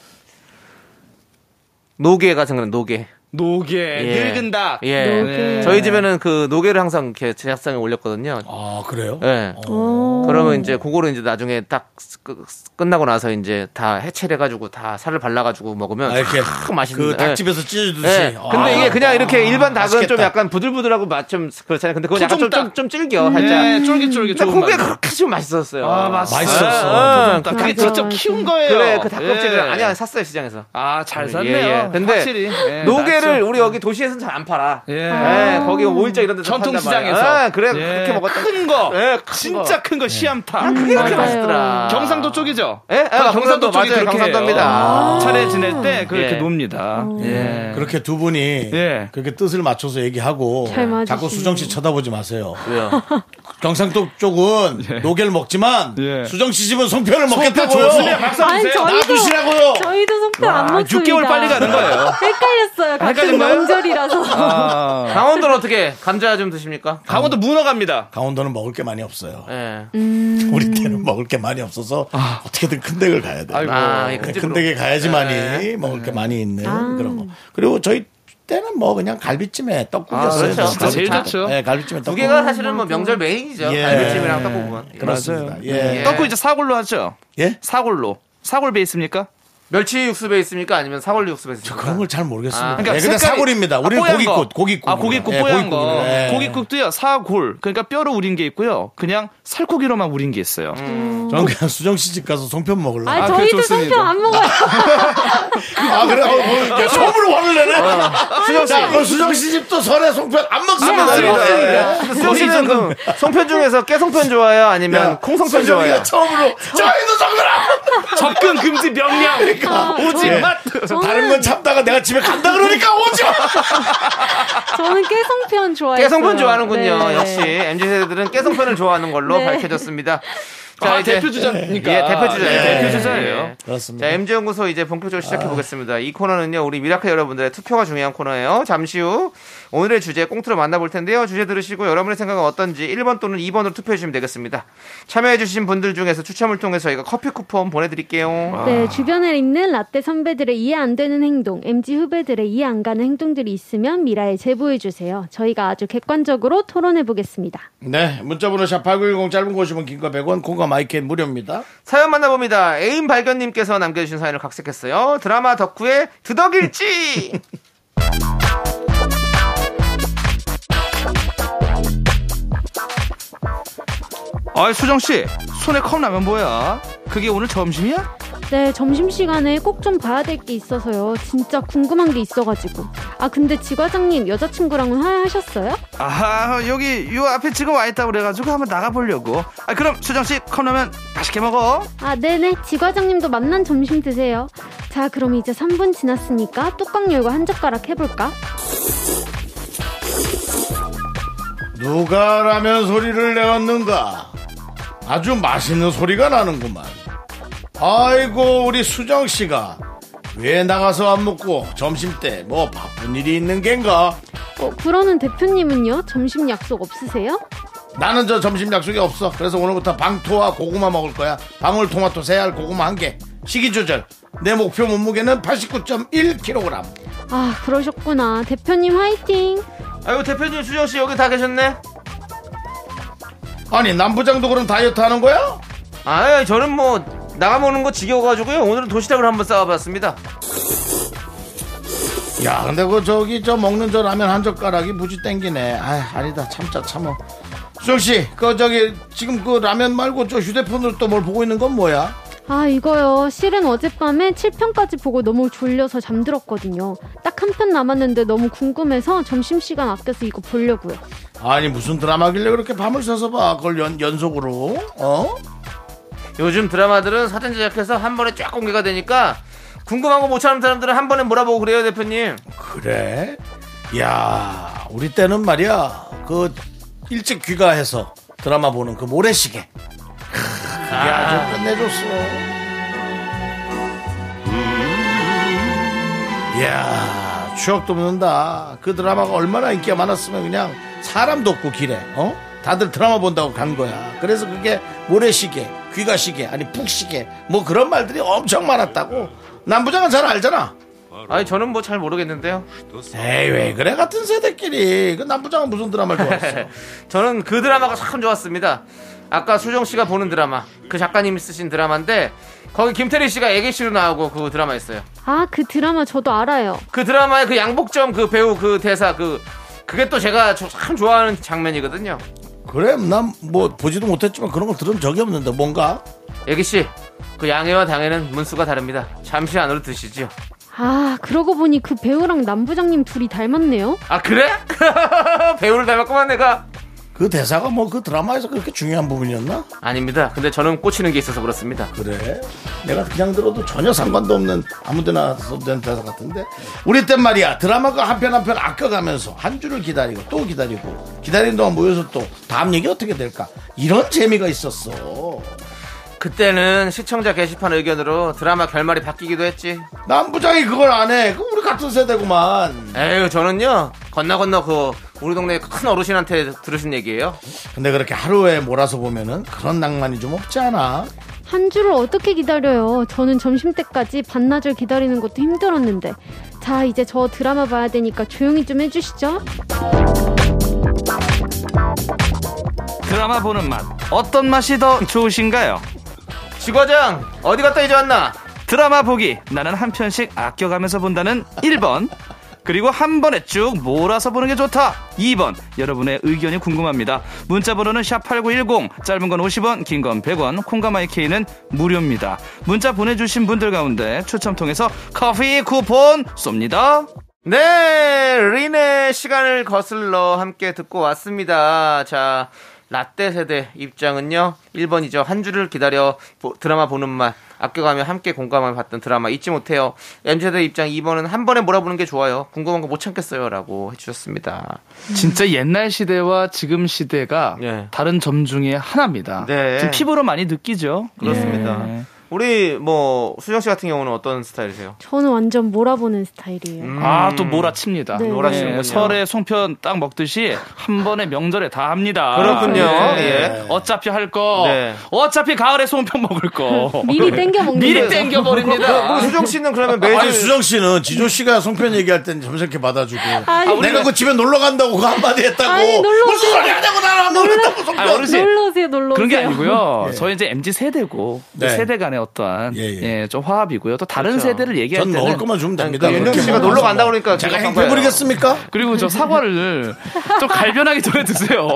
노계가 생각나는 노계. 노개, 예. 늙은다. 예. 노계. 저희 집에는 그 노계를 항상 이렇게 제작상에 올렸거든요. 아 그래요? 예. 오. 그러면 이제 그거를 이제 나중에 딱 끝- 끝나고 나서 이제 다 해체를 해가지고 다 살을 발라가지고 먹으면 아, 이렇게 탁 맛있는 그 닭집에서 찢어주듯이. 예. 아. 근데 이게 그냥 이렇게 일반 닭은 좀 맛있겠다. 약간 부들부들하고 맛 좀 그렇잖아요. 근데 그건 약간 좀, 좀, 쫀쫀딱. 좀 질겨, 살짝. 네, 예, 쫄깃쫄깃 근데 조금만. 고기가 그렇게 좀 맛있었어요. 아, 맛있어. 맛있었어. 아, 그게 맞아, 직접 맞아. 키운 거예요. 그래, 그 닭껍질을. 예. 아니야, 샀어요, 시장에서. 아, 잘 샀네요. 예, 예. 근데 확실히. 예, 노게를 낫죠. 우리 여기 도시에서는 잘 안 팔아. 예. 예, 거기 오일장 이런 데서 전통 판단 말이야. 시장에서. 예, 그래, 예. 그렇게 먹었다. 큰 거. 예, 큰 진짜 거. 큰 거 예. 시암타. 그게 그렇게 맞아요. 맛있더라. 경상도 쪽이죠? 예, 예, 다 경상도 경상도 쪽이 맞아요, 그렇게 경상도입니다. 해요. 아. 차례 지낼 때 그렇게 예. 놉니다. 예. 그렇게 두 분이 예. 그렇게 뜻을 맞춰서 얘기하고 잘 맞으시네요. 자꾸 수정 씨 쳐다보지 마세요. 왜요? 경상도 쪽은 노개를 먹지만 예. 수정 씨 집은 송편을 먹겠다고요. 아니, 저희도, 놔두시라고요. 저희도 송편 안 먹습니다. 아, 6개월 빨리 가는 거예요. 아, 헷갈렸어요. 같은 헷갈린 거예요? 명절이라서. 아. 강원도는 어떻게 감자 좀 드십니까? 강원도 음. 문어 갑니다. 강원도는 먹을 게 많이 없어요. 예. 음. 우리 때는 먹을 게 많이 없어서 어떻게든 큰 댁을 가야 돼. 아. 아이고. 예. 아, 예, 큰 큰 댁에 가야지만이 먹을 게 많이 있는 아. 그런 거. 그리고 저희 때는 뭐 그냥 갈비찜에 떡국이었어요. 아, 그렇죠. 진짜 제일 갈비찜. 좋죠. 네, 갈비찜에 떡국. 두 개가 사실은 뭐 명절 메인이죠. 예. 갈비찜이랑 떡국은. 예. 그렇습니다. 예. 예. 떡국 이제 사골로 하죠? 예? 사골로. 사골 베이스입니까? 멸치 육수 베이스입니까? 아니면 사골 육수 베이스입니까? 그런 걸 잘 모르겠습니다. 아, 그 예, 근데 색깔이- 사골입니다. 아, 우리는 뽀얀 고깃국, 예, 거. 고깃국. 아, 고깃국 뽀얀 거. 고깃국도요, 사골. 그러니까 뼈로 우린 게 있고요. 그냥 살코기로만 우린 게 있어요. 저는 그냥 수정 씨 집 가서 송편 먹으려고. 아니, 아, 그게 저희도 좋습니다. 송편 안 먹어요. 아, 그래? 어, 뭐, 야, 처음으로 화를 내네? 수정 씨. 자, 그 수정 씨 집도 설에 송편 안 아, 네. 먹습니다. 맞습니다. 예. 수정 씨는 그 송편 중에서 깨송편 좋아해요? 아니면 콩송편 좋아해요? 수정이가 처음으로 저희도 정글 안 먹는다. 접근 금지 명령. 네. 오지 예. 맛. 저는- 다른 건 참다가 내가 집에 간다 그러니까 오죠. 저는 깨성편 좋아해요. 깨송편 좋아하는군요. 역시 MZ 세대들은 깨송편을 좋아하는 걸로 네. 밝혀졌습니다. 자, 아, 이제- 대표 주자니까. 예, 대표 주자. 네, 아. 대표 주자예요. 그렇습니다. 자, MZ 연구소 이제 본격적으로 시작해 보겠습니다. 이 코너는요, 우리 미라클 여러분들의 투표가 중요한 코너예요. 잠시 후 오늘의 주제 꽁트로 만나볼 텐데요. 주제 들으시고 여러분의 생각은 어떤지 1번 또는 2번으로 투표해 주시면 되겠습니다. 참여해 주신 분들 중에서 추첨을 통해 서 저희가 커피 쿠폰 아. 보내드릴게요. 네, 주변에 있는 라떼 선배들의 이해 안 되는 행동, MG 후배들의 이해 안 가는 행동들이 있으면 미라에 제보해 주세요. 저희가 아주 객관적으로 토론해 보겠습니다. 네, 문자번호 샵 8910 짧은 거 50원, 긴거 100원, 공과 마이크는 무료입니다. 사연 만나봅니다. 애인 발견님께서 남겨주신 사연을 각색했어요. 드라마 덕후의 드덕일지! 아이 수정씨 손에 컵라면 뭐야 그게 오늘 점심이야? 네, 점심시간에 꼭 좀 봐야 될 게 있어서요. 진짜 궁금한 게 있어가지고. 아, 근데 지과장님, 여자친구랑은 화해하셨어요? 아 여기 요 앞에 지금 와있다 그래가지고 한번 나가보려고 아 그럼 수정씨 컵라면 맛있게 먹어 아, 네네. 지과장님도 만난 점심 드세요. 자, 그럼 이제 3분 지났으니까 뚜껑 열고 한 젓가락 해볼까? 누가 라면 소리를 내었는가? 아주 맛있는 소리가 나는구만. 아이고, 우리 수정씨가 왜 나가서 안 먹고 점심 때 뭐 바쁜 일이 있는 겐가? 어, 그러는 대표님은요? 점심 약속 없으세요? 나는 저 점심 약속이 없어. 그래서 오늘부터 방토와 고구마 먹을 거야. 방울토마토 세알 고구마 한 개. 식이 조절. 내 목표 몸무게는 89.1kg. 아, 그러셨구나. 대표님 화이팅! 아이고, 대표님 수정씨 여기 다 계셨네? 아니 남부장도 그럼 다이어트 하는 거야? 아, 저는 뭐 나가 먹는 거 지겨워가지고요. 오늘은 도시락을 한번 싸와봤습니다. 야 근데 그 저기 저 먹는 저 라면 한 젓가락이 무지 땡기네. 아 아니다 참자 참어. 수정씨 그 저기 지금 그 라면 말고 저 휴대폰으로 또 뭘 보고 있는 건 뭐야? 아, 이거요. 실은 어젯밤에 7편까지 보고 너무 졸려서 잠들었거든요. 딱 한 편 남았는데 너무 궁금해서 점심시간 아껴서 이거 보려고요. 아니 무슨 드라마길래 그렇게 밤을 새서 봐 그걸 연, 연속으로 어? 요즘 드라마들은 사전 제작해서 한 번에 쫙 공개가 되니까 궁금한 거 못 찾는 사람들은 한 번에 몰아보고 그래요, 대표님. 그래? 야, 우리 때는 말이야. 그 일찍 귀가해서 드라마 보는 그 모래시계. 야, 좀 끝내줬어. 음. 야, 추억도 묻는다. 그 드라마가 얼마나 인기가 많았으면 그냥 사람도 없고 길에, 어? 다들 드라마 본다고 간 거야. 그래서 그게 모래시계, 귀가시계, 아니 푹시계, 뭐 그런 말들이 엄청 많았다고. 남부장은 잘 알잖아. 아니, 저는 뭐 잘 모르겠는데요. 에이 왜 그래 같은 세대끼리 그 남부장은 무슨 드라마를 좋아했어 저는 그 드라마가 참 좋았습니다. 아까 수정 씨가 보는 드라마, 그 작가님이 쓰신 드라마인데 거기 김태리 씨가 애기씨로 나오고 그 드라마 있어요. 아, 그 드라마 저도 알아요. 그 드라마의 그 양복점 그 배우 그 대사 그 그게 또 제가 저- 참 좋아하는 장면이거든요. 그래 난 뭐 보지도 못했지만 그런 걸 들은 적이 없는데 뭔가 애기씨, 그 양해와 당해는 문수가 다릅니다. 잠시 안으로 드시죠. 아, 그러고 보니 그 배우랑 남부장님 둘이 닮았네요. 아 그래? 배우를 닮았구만 내가 그 대사가 뭐 그 드라마에서 그렇게 중요한 부분이었나 아닙니다 근데 저는 꽂히는 게 있어서 그렇습니다 그래 내가 그냥 들어도 전혀 상관도 없는 아무데나 써도 되는 대사 같은데 우리 땐 말이야 드라마가 한 편 한 편 아껴가면서 한 주를 기다리고 또 기다리고 기다리는 동안 모여서 또 다음 얘기 어떻게 될까 이런 재미가 있었어 그때는 시청자 게시판 의견으로 드라마 결말이 바뀌기도 했지 남부장이 그걸 안해 그 우리 같은 세대구만 에휴 저는요 건너 건너 그 우리 동네 큰 어르신한테 들으신 얘기예요 근데 그렇게 하루에 몰아서 보면은 그런 낭만이 좀 없지 않아? 한 주를 어떻게 기다려요? 저는 점심 때까지 반나절 기다리는 것도 힘들었는데. 자, 이제 저 드라마 봐야 되니까 조용히 좀 해주시죠. 드라마 보는 맛 어떤 맛이 더 좋으신가요? 지과장 어디 갔다 이제 왔나 드라마 보기 나는 한 편씩 아껴가면서 본다는 1번 그리고 한 번에 쭉 몰아서 보는 게 좋다 2번 여러분의 의견이 궁금합니다 문자 번호는 샵8910 짧은 건 50원 긴 건 100원 콩가마이케이는 무료입니다 문자 보내주신 분들 가운데 추첨 통해서 커피 쿠폰 쏩니다 네, 린의 시간을 거슬러 함께 듣고 왔습니다. 자, 라떼 세대 입장은요, 1번이죠. 한 주를 기다려 보- 드라마 보는 맛, 아껴가며 함께 공감을 받던 드라마 잊지 못해요. MZ세대 입장 2번은 한 번에 몰아보는 게 좋아요. 궁금한 거 못 참겠어요. 라고 해주셨습니다. 진짜 옛날 시대와 지금 시대가 예. 다른 점 중에 하나입니다. 네. 지금 피부로 많이 느끼죠. 그렇습니다. 예. 우리 뭐, 수정 씨 같은 경우는 어떤 스타일이세요? 저는 완전 몰아보는 스타일이에요. 아, 또 예. 몰아칩니다. 예, 뭐 네. 몰아치는군요. 뭐 설에 송편 딱 먹듯이 한 번에 명절에 다 합니다. 그렇군요. 예. 어차피 할 거, 네. 어차피 가을에 송편 먹을 거. 미리 땡겨 먹는 미리 거죠. 땡겨버립니다. 그럼 뭐, 수정 씨는 그러면 매주. 예. 아니 수정 씨는 지조 씨가 송편 얘기할 땐 점잖게 받아주고 아니, 내가 그 집에 놀러 간다고 그 한마디 했다고 아니, 놀러 무슨 오세요. 소리 하냐고 나랑 안 놀랬다고 송편 아니, 어르신. 놀러 오세요, 놀러 오세요. 그런 게 아니고요. 네. 저희 이제 MZ 세대고 네. 세대 간의 어떠한 예, 예, 예. 좀 화합이고요. 또 다른 그렇죠. 세대를 얘기할 전 때는 먹을 것만 주면 됩니다. 윤정 그렇게 씨가 먹어서 놀러 간다 뭐. 그러니까 제가 기겁한 행패 거예요. 부리겠습니까? 그리고 저 사과를 좀 갈변하게 전해 드세요.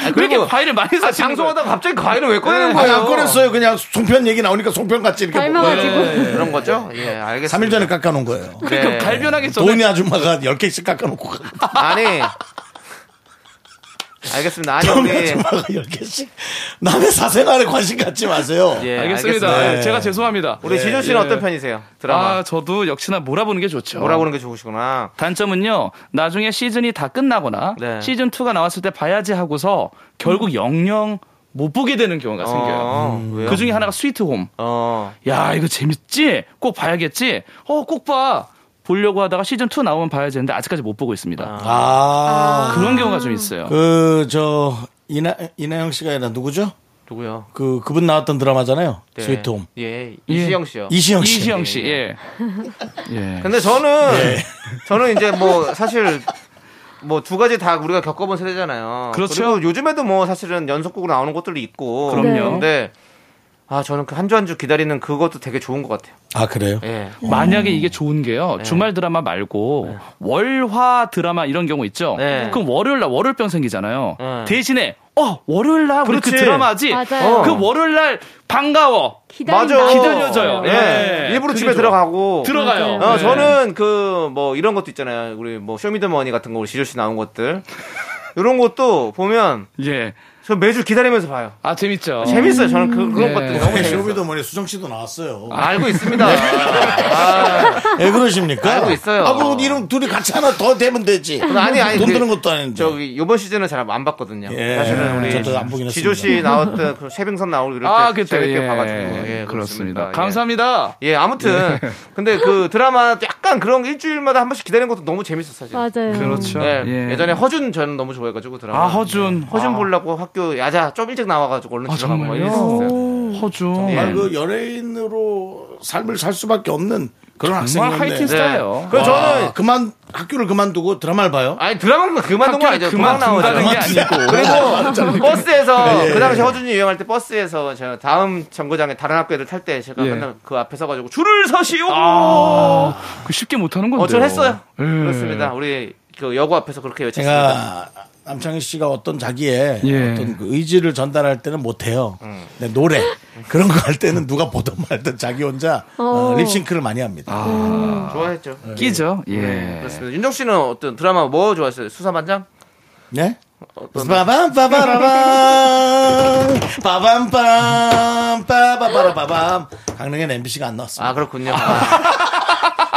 왜 이렇게 그리고- 과일을 많이 아, 사시는 거예요? 방송하다 갑자기 과일을 왜 꺼내는 아니 거예요? 안 꺼냈어요. 그냥 송편 얘기 나오니까 송편 같이 이렇게 뭐. 네. 닮아가지고. 그런 거죠? 예, 알겠습니다. 3일 전에 깎아놓은 거예요. 네. 갈변하게 전해 도인이 아줌마가 10개씩 깎아놓고 가. 아니. 알겠습니다. 아니, 도인이 우리. 예, 아줌마가 10개씩 남의 사생활에 관심 갖지 마세요. 예, 알겠습니다. 알겠습니다. 예, 제가 죄송합니다. 우리 지조 씨는 예. 어떤 편이세요? 드라마. 아, 저도 역시나 몰아보는 게 좋죠. 몰아보는 게 좋으시구나. 단점은요, 나중에 시즌이 다 끝나거나 네. 시즌2가 나왔을 때 봐야지 하고서 결국 영영 못 보게 되는 경우가 생겨요. 어, 왜요? 그 중에 하나가 스위트홈. 어. 야, 이거 재밌지? 꼭 봐야겠지? 어, 꼭 봐! 보려고 하다가 시즌2 나오면 봐야지 했는데 아직까지 못 보고 있습니다. 아, 그런 경우가 좀 있어요. 그, 저, 이나, 이나영 씨가 아니라 누구죠? 누구요? 그, 그분 나왔던 드라마잖아요. 네. 스위트홈. 예, 이시영 씨요. 이시영 씨. 이시영 씨, 예. 예. 근데 저는, 저는 이제 뭐, 사실, 뭐 두 가지 다 우리가 겪어본 세대잖아요. 그렇죠. 리고 요즘에도 뭐 사실은 연속곡으로 나오는 것들도 있고. 그럼요. 근데, 아, 저는 그 한 주 한 주 기다리는 그것도 되게 좋은 것 같아요. 아, 그래요? 예. 만약에 이게 좋은 게요. 네. 주말 드라마 말고 월화 드라마 이런 경우 있죠. 네. 그럼 월요일 날 월요병 생기잖아요. 네. 대신에 어 월요일 날 우리 그렇지. 그 드라마지. 맞아요. 그 월요일 날 반가워. 기다린다. 기다려져요. 예. 예. 일부러 그게 집에 좋아. 들어가고. 들어가요. 어, 네. 저는 그 뭐 이런 것도 있잖아요. 우리 뭐 쇼미더머니 같은 거 우리 지조 씨 나온 것들. 이런 것도 보면 예. 저 매주 기다리면서 봐요. 아 재밌죠. 재밌어요. 저는 그, 그런 네. 것들 너무 재밌어요. 쇼미더머니 수정 씨도 나왔어요. 알고 있습니다. 네. 아, 왜 그러십니까? 알고 있어요. 아, 그럼 이름 둘이 같이 하나 더 되면 되지. 아니 아니. 돈 그- 드는 것도 아닌데. 저기 요번 시즌은 잘 안 봤거든요. 예, 사실은 저도 안 우리 보긴 지조 했습니다. 씨 나왔던 그 최빙선 나오고 이럴 때 네. 아 그때 재밌게 예. 봐가지고 예, 예, 그렇습니다. 예. 감사합니다. 예, 아무튼 근데 그 드라마 약간 그런 거 일주일마다 한 번씩 기다리는 것도 너무 재밌었어요. 사실. 맞아요. 그렇죠. 예, 예. 예전에 허준 저는 너무 좋아해가지고 드라마. 아 허준. 허준 아, 보려고 학교 야자 좀 일찍 나와가지고 얼른 아, 들어가고 막 정말요? 이랬었어요. 허준. 네. 정말 그 연예인으로 삶을 살 수밖에 없는 그런 학생인데. 정말 네. 하이틴 아, 스타예요. 그래서 저는 저는 그만 학교를 그만두고 드라마를 봐요. 아니 드라마만 그만둔 거 아니죠? 그만 그만 나오죠. 둔다는 게 아니고. 네, 예. 그리고 버스에서 그 당시 허준이 유행할 때 버스에서 제가 다음 정거장에 다른 학교 애들 탈 때 제가 예. 맨날 그 앞에 서가지고 줄을 서시오. 아, 그 쉽게 못 하는 건데. 어, 저 했어요. 예. 아. 그렇습니다. 우리 그 여고 앞에서 그렇게 외쳤습니다. 제가 남창희 씨가 어떤 자기의 예. 어떤 그 의지를 전달할 때는 못해요. 음. 근데 노래 그런 거 할 때는 누가 보든 말든 자기 혼자 어, 어. 립싱크를 많이 합니다. 아. 음, 좋아했죠. 끼죠. 예. 그렇습니다. 윤정 씨는 어떤 드라마 뭐 좋아했어요? 수사반장? 네? 빠밤 빠바라밤 빠밤 빰 빠바바라 빠밤 강릉엔 MBC가 안 아 나왔습니다. 그렇군요.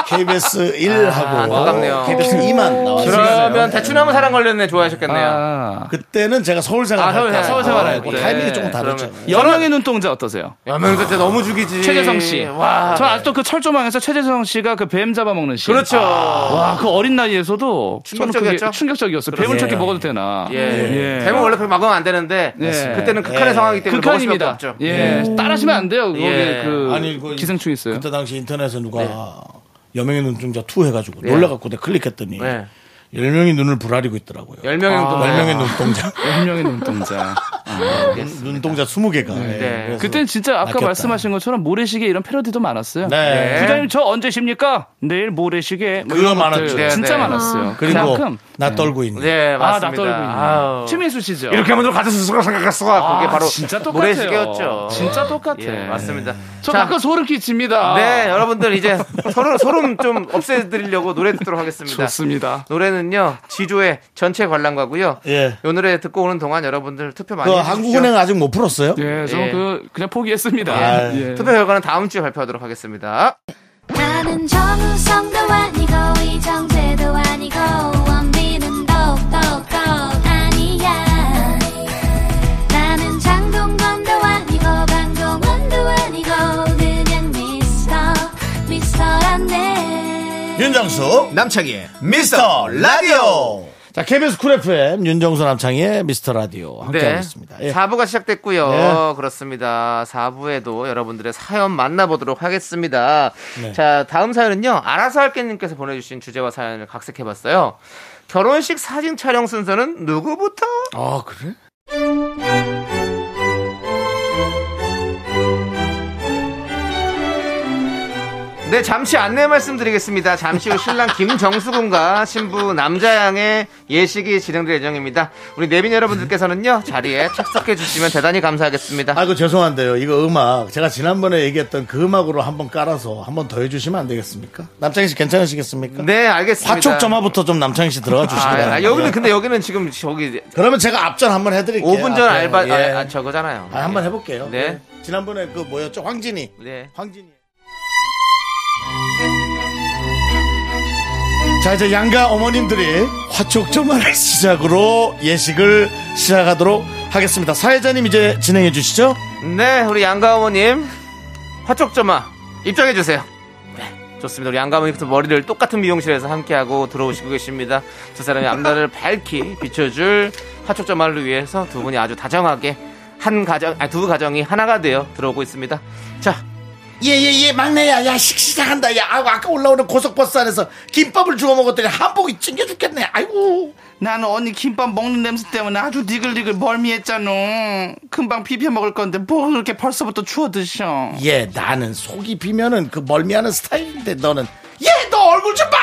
KBS 1하고 안타깝네요. KBS 2만 나왔어요. 그러면 대충 하면 사랑 걸렸네 좋아하셨겠네요. 아. 그때는 제가 서울 생활 어, 아, 서울 생활, 서울 생활할 때. 타이밍이 조금 다르죠. 그러면 연왕의 눈동자 어떠세요? 여명도 때 너무 죽이지. 최재성 씨. 와. 저 아직도 그 철조망에서 최재성 씨가 그 뱀 잡아먹는 네. 씬. 그렇죠. 와, 그 어린 나이에서도 저는 그게 충격적이었죠? 충격적이었어요. 뱀을 저렇게 예. 먹어도 되나? 예. 대면 원래 그렇게 막으면 안 되는데 예. 그때는 극한의 예. 상황이기 때문에 먹을 수밖에 극한입니다. 없죠. 예. 따라하시면 안 돼요. 거기 예. 그 아니, 그 기생충 있어요. 그때 당시 인터넷에 누가 네. 여명의 눈동자 투 해가지고 놀래갖고 내가 클릭했더니 네. 아. 열 명이 눈을 부라리고 있더라고요. 열명의 열 명의 눈동자. 뱀령의 눈동자. 네. 눈- 눈동자 20개가. 네. 그땐 진짜 아까 아꼈다. 말씀하신 것처럼 모래시계 이런 패러디도 많았어요. 예. 네. 부장님 저 언제 십니까? 내일 모래시계. 뭐 그거 이런 것들 많았죠. 아. 네, 네. 진짜 많았어요. 그리고 그만큼 나 떨고 있는. 네, 아, 맞습니다. 나 떨고 있는. 아우. 최민수 씨죠. 이렇게 하면 가짜 스스로 생각했어. 그게 바로 진짜 똑같아요. 모래시계였죠. 진짜 똑같아. 아. 예, 맞습니다. 저 자, 가끔 소름 끼칩니다. 네, 여러분들 이제 서로 소름 좀 없애드리려고 노래 듣도록 하겠습니다. 좋습니다. 노래는요, 지조의 전체 관람가고요. 예. 이 노래 듣고 오는 동안 여러분들 투표 많이 그 해주시죠. 한국은행 아직 못 풀었어요? 예, 예. 저그 그냥 포기했습니다. 아, 예. 투표 결과는 다음 주에 발표하도록 하겠습니다. 나는 정우성도 아니고 이정재도 아니고 원빈은 더욱더 아니야 나는 장동건도 아니고 방종원도 아니고 그냥 미스터 미스터란데 윤정수 남창희의 미스터 라디오 자 KBS 쿨 FM 윤정수 남창희의 미스터 라디오 함께하고 있습니다 예. 4부가 네. 시작됐고요. 네. 그렇습니다. 4부에도 여러분들의 사연 만나보도록 하겠습니다. 네. 자, 다음 사연은요. 알아서 할게님께서 보내주신 주제와 사연을 각색해봤어요. 결혼식 사진 촬영 순서는 누구부터? 아 그래? 네, 잠시 안내 말씀드리겠습니다. 잠시 후 신랑 김정수 군과 신부 남자양의 예식이 진행될 예정입니다. 우리 내빈 여러분들께서는요. 자리에 착석해 주시면 대단히 감사하겠습니다. 아그 죄송한데요 이거 음악 제가 지난번에 얘기했던 그 음악으로 한번 깔아서 한번 더 해주시면 안 되겠습니까? 남창희 씨 괜찮으시겠습니까? 네, 알겠습니다. 화촉 점화부터 좀 남창희 씨 들어가 주시기 아, 바랍니다 아, 여기는 예. 근데 여기는 지금 저기 그러면 제가 앞전 한번 해드릴게요 5분 전 앞에. 알바 예. 아, 아, 저거잖아요. 아, 한번 해볼게요 네. 예. 지난번에 그 뭐였죠? 황진이 네. 황진이 자 이제 양가 어머님들이 화촉점화를 시작으로 예식을 시작하도록 하겠습니다 사회자님 이제 진행해 주시죠 네, 우리 양가어머님 화촉점화 입장해 주세요. 네, 좋습니다. 우리 양가어머님께서 머리를 똑같은 미용실에서 함께하고 들어오시고 계십니다. 두 사람의 앞날을 밝히 비춰줄 화촉점화를 위해서 두 분이 아주 다정하게 한 가정, 아니 두 가정이 하나가 되어 들어오고 있습니다. 자, 예예예 막내야 야식 시작한다 야 아이고, 아까 올라오는 고속버스 안에서 김밥을 주워 먹었더니 한복이 찡겨 죽겠네 아이고 나는 언니 김밥 먹는 냄새 때문에 아주 니글니글 멀미했잖아. 금방 비벼 먹을 건데 뭐 그렇게 벌써부터 추워 드셔. 예 나는 속이 비면은 그 멀미하는 스타일인데 너는 얘 너 얼굴 좀봐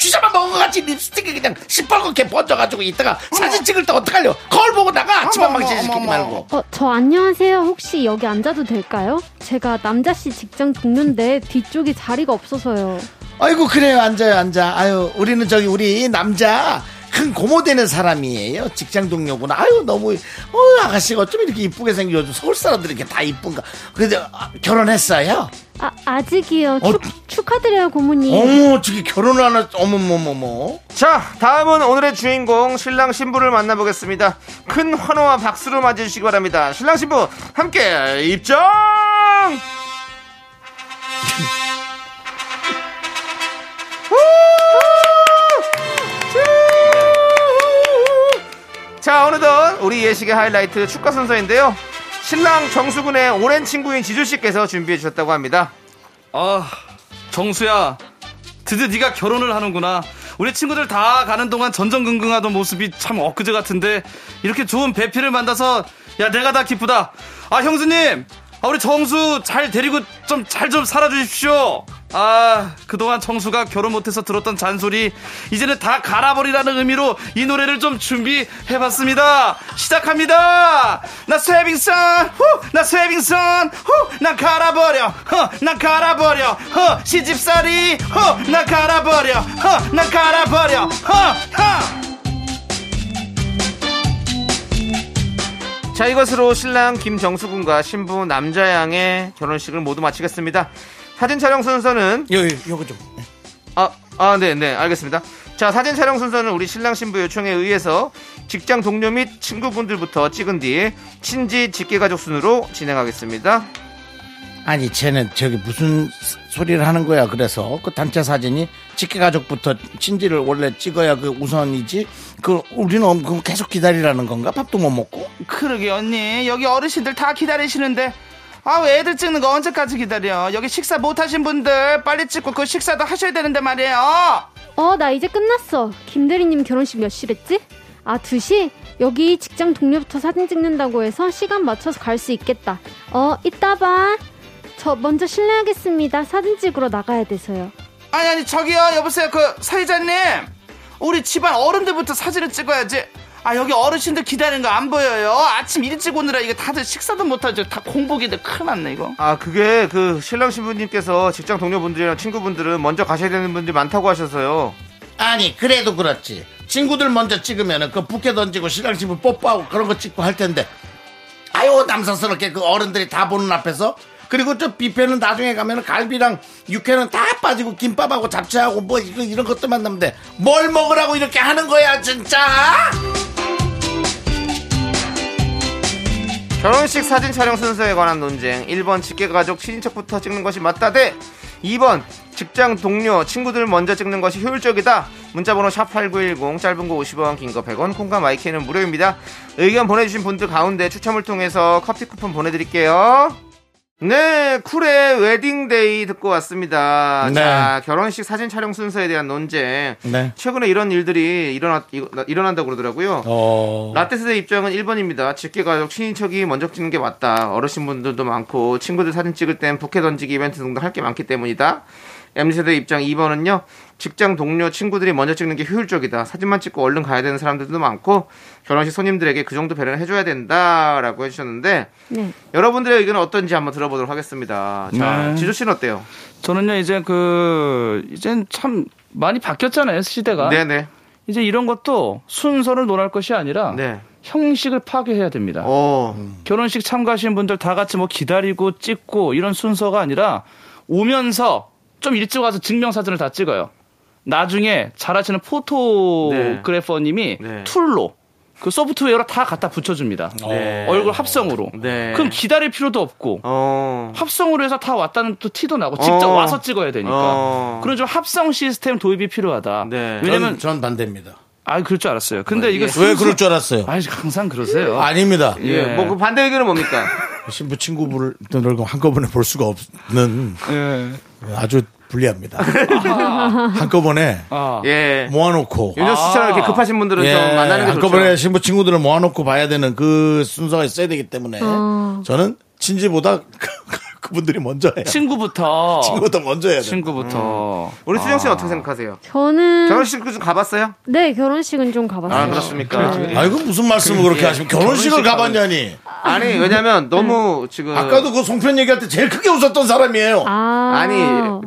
쥐자만 먹은 것 같이 립스틱이 그냥 시뻘겋게 번져가지고 이따가 사진 찍을 때 어떡하려 거울 보고 나가 집안 방치시키지 말고 어, 저 안녕하세요. 혹시 여기 앉아도 될까요? 제가 남자씨 직장 동료인데 뒤쪽에 자리가 없어서요. 아이고 그래요 앉아요 앉아 아유 우리는 저기 우리 남자 큰 고모되는 사람이에요 직장 동료구나 아유 너무 어 아가씨가 어쩜 이렇게 이쁘게 생겨 요즘 서울 사람들이 이렇게 다 이쁜가 근데 아, 결혼했어요 아, 아직이요. 어? 축- 축하드려요, 고모님. 어머 저기 결혼을 하나 어머머머머 자, 다음은 오늘의 주인공 신랑 신부를 만나보겠습니다. 큰 환호와 박수로 맞이해주시기 바랍니다. 신랑 신부 함께 입장. 자, 어느덧 우리 예식의 하이라이트 축가 순서인데요. 신랑 정수군의 오랜 친구인 지주 씨께서 준비해 주셨다고 합니다. 아, 정수야. 드디어 네가 결혼을 하는구나. 우리 친구들 다 가는 동안 전전긍긍하던 모습이 참 엊그제 같은데 이렇게 좋은 배필을 만나서 야 내가 다 기쁘다. 아 형수님, 아, 우리 정수 잘 데리고 좀 잘 좀 살아주십시오. 아 그동안 정수가 결혼 못해서 들었던 잔소리 이제는 다 갈아버리라는 의미로 이 노래를 좀 준비해봤습니다. 시작합니다. 나 쇠빙선, 후, 나 쇠빙선, 후, 나 갈아버려, 허, 나 갈아버려, 허, 시집살이, 허, 나 갈아버려, 허, 나 갈아버려, 허, 허. 자 이것으로 신랑 김정수군과 신부 남자양의 결혼식을 모두 마치겠습니다. 사진 촬영 순서는 요, 요 요거 좀 아아네네 알겠습니다. 자 사진 촬영 순서는 우리 신랑 신부 요청에 의해서 직장 동료 및 친구분들부터 찍은 뒤 친지 직계가족 순으로 진행하겠습니다. 아니 쟤는 저기 무슨 스- 소리를 하는 거야 그래서 그 단체 사진이 직계 가족부터 친지를 원래 찍어야 그 우선이지 그 우리는 그럼 계속 기다리라는 건가 밥도 못 먹고 그러게 언니, 여기 어르신들 다 기다리시는데. 아, 왜 애들 찍는 거 언제까지 기다려? 여기 식사 못 하신 분들 빨리 찍고 그 식사도 하셔야 되는데 말이에요. 어, 나 이제 끝났어. 김대리님 결혼식 몇 시랬지? 아, 2시? 여기 직장 동료부터 사진 찍는다고 해서 시간 맞춰서 갈 수 있겠다. 어, 이따 봐. 저 먼저 실례하겠습니다. 사진 찍으러 나가야 돼서요. 아니 아니 저기요 여보세요 그 사회자님 우리 집안 어른들부터 사진을 찍어야지 아 여기 어르신들 기다리는 거 안 보여요 아침 일찍 오느라 이게 다들 식사도 못하죠 다 공복인데 큰일 났네 이거 아 그게 그 신랑 신부님께서 직장 동료분들이랑 친구분들은 먼저 가셔야 되는 분들이 많다고 하셔서요. 아니 그래도 그렇지 친구들 먼저 찍으면 그 부케 던지고 시랑집을 뽀뽀하고 그런 거 찍고 할 텐데 아유 남사스럽게 그 어른들이 다 보는 앞에서 그리고 저 뷔페는 나중에 가면 갈비랑 육회는 다 빠지고 김밥하고 잡채하고 뭐 이런, 이런 것들만 남는데 뭘 먹으라고 이렇게 하는 거야 진짜 결혼식 사진 촬영 순서에 관한 논쟁 1번 직계가족 친인척부터 찍는 것이 맞다 대 2번 직장 동료 친구들 먼저 찍는 것이 효율적이다 문자번호 샵8910 짧은 거 50원 긴 거 100원 콩과 마이크는 무료입니다 의견 보내주신 분들 가운데 추첨을 통해서 커피 쿠폰 보내드릴게요 네 쿨의 웨딩데이 듣고 왔습니다 네. 자 결혼식 사진 촬영 순서에 대한 논쟁 네. 최근에 이런 일들이 일어나, 일어난다고 그러더라고요 어... 라떼 세대 입장은 1번입니다. 직계가족 친인척이 먼저 찍는 게 맞다. 어르신분들도 많고 친구들 사진 찍을 땐 부케 던지기 이벤트 등등 할 게 많기 때문이다. MZ세대 입장 2번은요. 직장 동료 친구들이 먼저 찍는 게 효율적이다. 사진만 찍고 얼른 가야 되는 사람들도 많고 결혼식 손님들에게 그 정도 배려는 해줘야 된다라고 해주셨는데 네. 여러분들의 의견은 어떤지 한번 들어보도록 하겠습니다. 자, 네. 지조 씨는 어때요? 저는요 이제 그 이젠 참 많이 바뀌었잖아요 시대가 네네. 이제 이런 것도 순서를 논할 것이 아니라 네. 형식을 파괴해야 됩니다 어. 결혼식 참가하신 분들 다 같이 뭐 기다리고 찍고 이런 순서가 아니라 오면서 좀 일찍 와서 증명사진을 다 찍어요. 나중에 잘하시는 포토그래퍼님이 네. 툴로 그 소프트웨어로 다 갖다 붙여줍니다. 어. 네. 얼굴 합성으로. 네. 그럼 기다릴 필요도 없고 어. 합성으로 해서 다 왔다는 또 티도 나고 직접 어. 와서 찍어야 되니까. 어. 그러니까. 그런 좀 합성 시스템 도입이 필요하다. 네. 전, 왜냐면 전 반대입니다 아 그럴 줄 알았어요. 근데 이거 왜 그럴 줄 알았어요 아 항상 그러세요. 아닙니다 예. 예. 뭐그 반대 의견은 뭡니까? 신부 친구분을 한꺼번에 볼 수가 없는 네. 예. 아주 불리합니다 한꺼번에 아. 예. 모아놓고 예. 윤정수 씨처럼 이렇게 급하신 분들은 좀 만나는 게 한꺼번에 좋죠. 신부 친구들을 모아놓고 봐야 되는 그 순서가 있어야 되기 때문에 저는 친지보다 그- 그분들이 먼저 해요. 친구부터 친구보다 먼저 해야 돼. 친구부터 우리 수정 아. 씨는 어떻게 생각하세요? 저는 결혼식 좀 가봤어요? 네 결혼식은 좀 가봤어요. 네. 아 그렇습니까? 아이고 무슨 말씀을 그렇게 하시면 결혼식을 가봤냐니. 아니 왜냐면 너무 지금 음. 아까도 그 송편 얘기할 때 제일 크게 웃었던 사람이에요. 아. 아니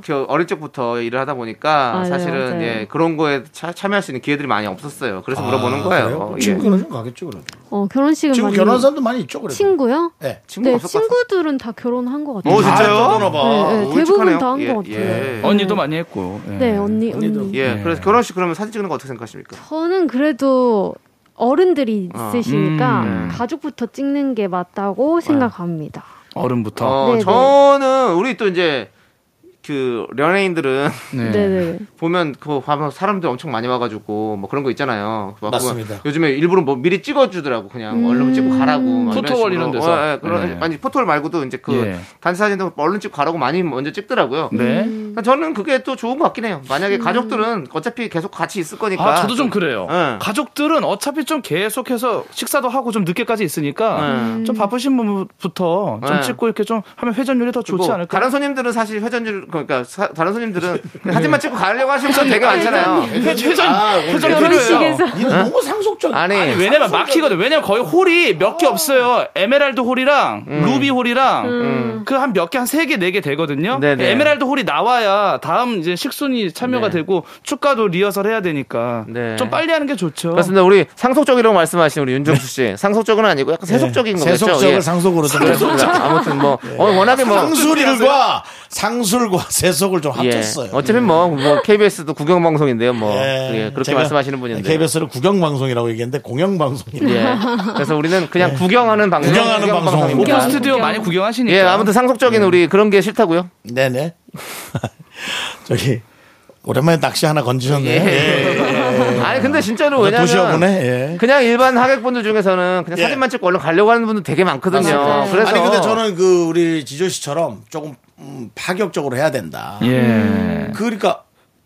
저 어릴 적부터 일을 하다 보니까 아, 네, 사실은 맞아요. 예, 그런 거에 차, 참여할 수 있는 기회들이 많이 없었어요. 그래서 물어보는 아, 그래요? 거예요. 예. 친구 결혼식 가겠죠 그럼. 어 결혼식은 친구 많이- 결혼한 사람도 많이 있죠 그래도. 친구요? 네. 친구 네, 없을 것 같아. 친구들은 다 결혼한 어, 것 같아요. 오 어, 진짜요? 아, 떠나봐. 네, 네, 오, 대부분 축하네요. 다 한 것 예, 같아요. 예. 언니도 많이 했고. 예. 네, 언니, 언니. 예, 그래서 결혼식 그러면 사진 찍는 거 어떻게 생각하십니까? 저는 그래도 어른들이 어. 있으시니까 네. 음. 아. 가족부터 찍는 게 맞다고 생각합니다. 어른부터. 어, 네, 네. 저는 우리 또 이제 그 연예인들은 네. 네네. 보면 그 보면 사람들 엄청 많이 와가지고 뭐 그런 거 있잖아요. 막 맞습니다. 음. 그거 요즘에 일부러 뭐 미리 찍어주더라고 그냥 얼른 찍고 가라고. 막 포토월 이런 식으로. 데서? 어, 예, 그런- 네. 아니 포토월 말고도 이제 그 예. 단사진도 얼른 찍고 가라고 많이 먼저 찍더라고요. 네. 그러니까 저는 그게 또 좋은 것 같긴 해요. 음. 만약에 가족들은 어차피 계속 같이 있을 거니까. 아, 저도 좀 그래요. 예. 가족들은 어차피 좀 계속해서 식사도 하고 좀 늦게까지 있으니까 음. 좀 바쁘신 분부터 좀 예. 찍고 이렇게 좀 하면 회전율이 더 좋지 뭐 않을까. 다른 손님들은 사실 회전율 그러니까 사- 다른 손님들은 사진만 찍고 가려고 하시는 분 되게 많잖아요. 회- 회전, 아, 오늘 회전 필요해요. 결혼식에서 니는 너무 상속적. 아니, 왜냐면 막히거든. 왜냐면 거의 홀이 몇 개 없어요. 에메랄드 홀이랑 음. 루비 홀이랑 그 한 몇 개, 한 세 개, 네 개 되거든요. 네네. 에메랄드 홀이 나와야 다음 이제 식순이 참여가 네. 되고 축가도 리허설 해야 되니까 네. 좀 빨리 하는 게 좋죠. 그렇습니다. 우리 상속적이라고 말씀하신 우리 윤정수 씨. 상속적은 아니고 약간 세속적인 거겠죠. 네. 세속적을 예. 상속으로 좀 그렇습니다. 아무튼 뭐 네. 어, 워낙에 뭐 상술일과 상술과 세속을 좀 합쳤어요. 예. 어차피 뭐, 뭐 KBS도 구경 방송인데요. 뭐 예, 예, 그렇게 제가 네, 말씀하시는 분인데. KBS를 국영방송이라고 얘기했는데 공영방송이에요. 예. 그래서 우리는 그냥 구경하는 방송. 네. 구경하는 구경 방송. 네. 오픈 방송입니다. 스튜디오 많이 구경하시니까. 예, 아무튼 상속적인 우리 그런 게 싫다고요. 네네. 저기 오랜만에 낚시 하나 건지셨네요. 예. 아니 근데 진짜로 완전 왜냐면 도시어구네, 예. 그냥 일반 하객분들 중에서는 그냥 예. 사진만 찍고 얼른 가려고 하는 분들 되게 많거든요. 맞아요. 그래서 아니 근데 저는 그 우리 지조 씨처럼 조금 음, 파격적으로 해야 된다. 예. 그러니까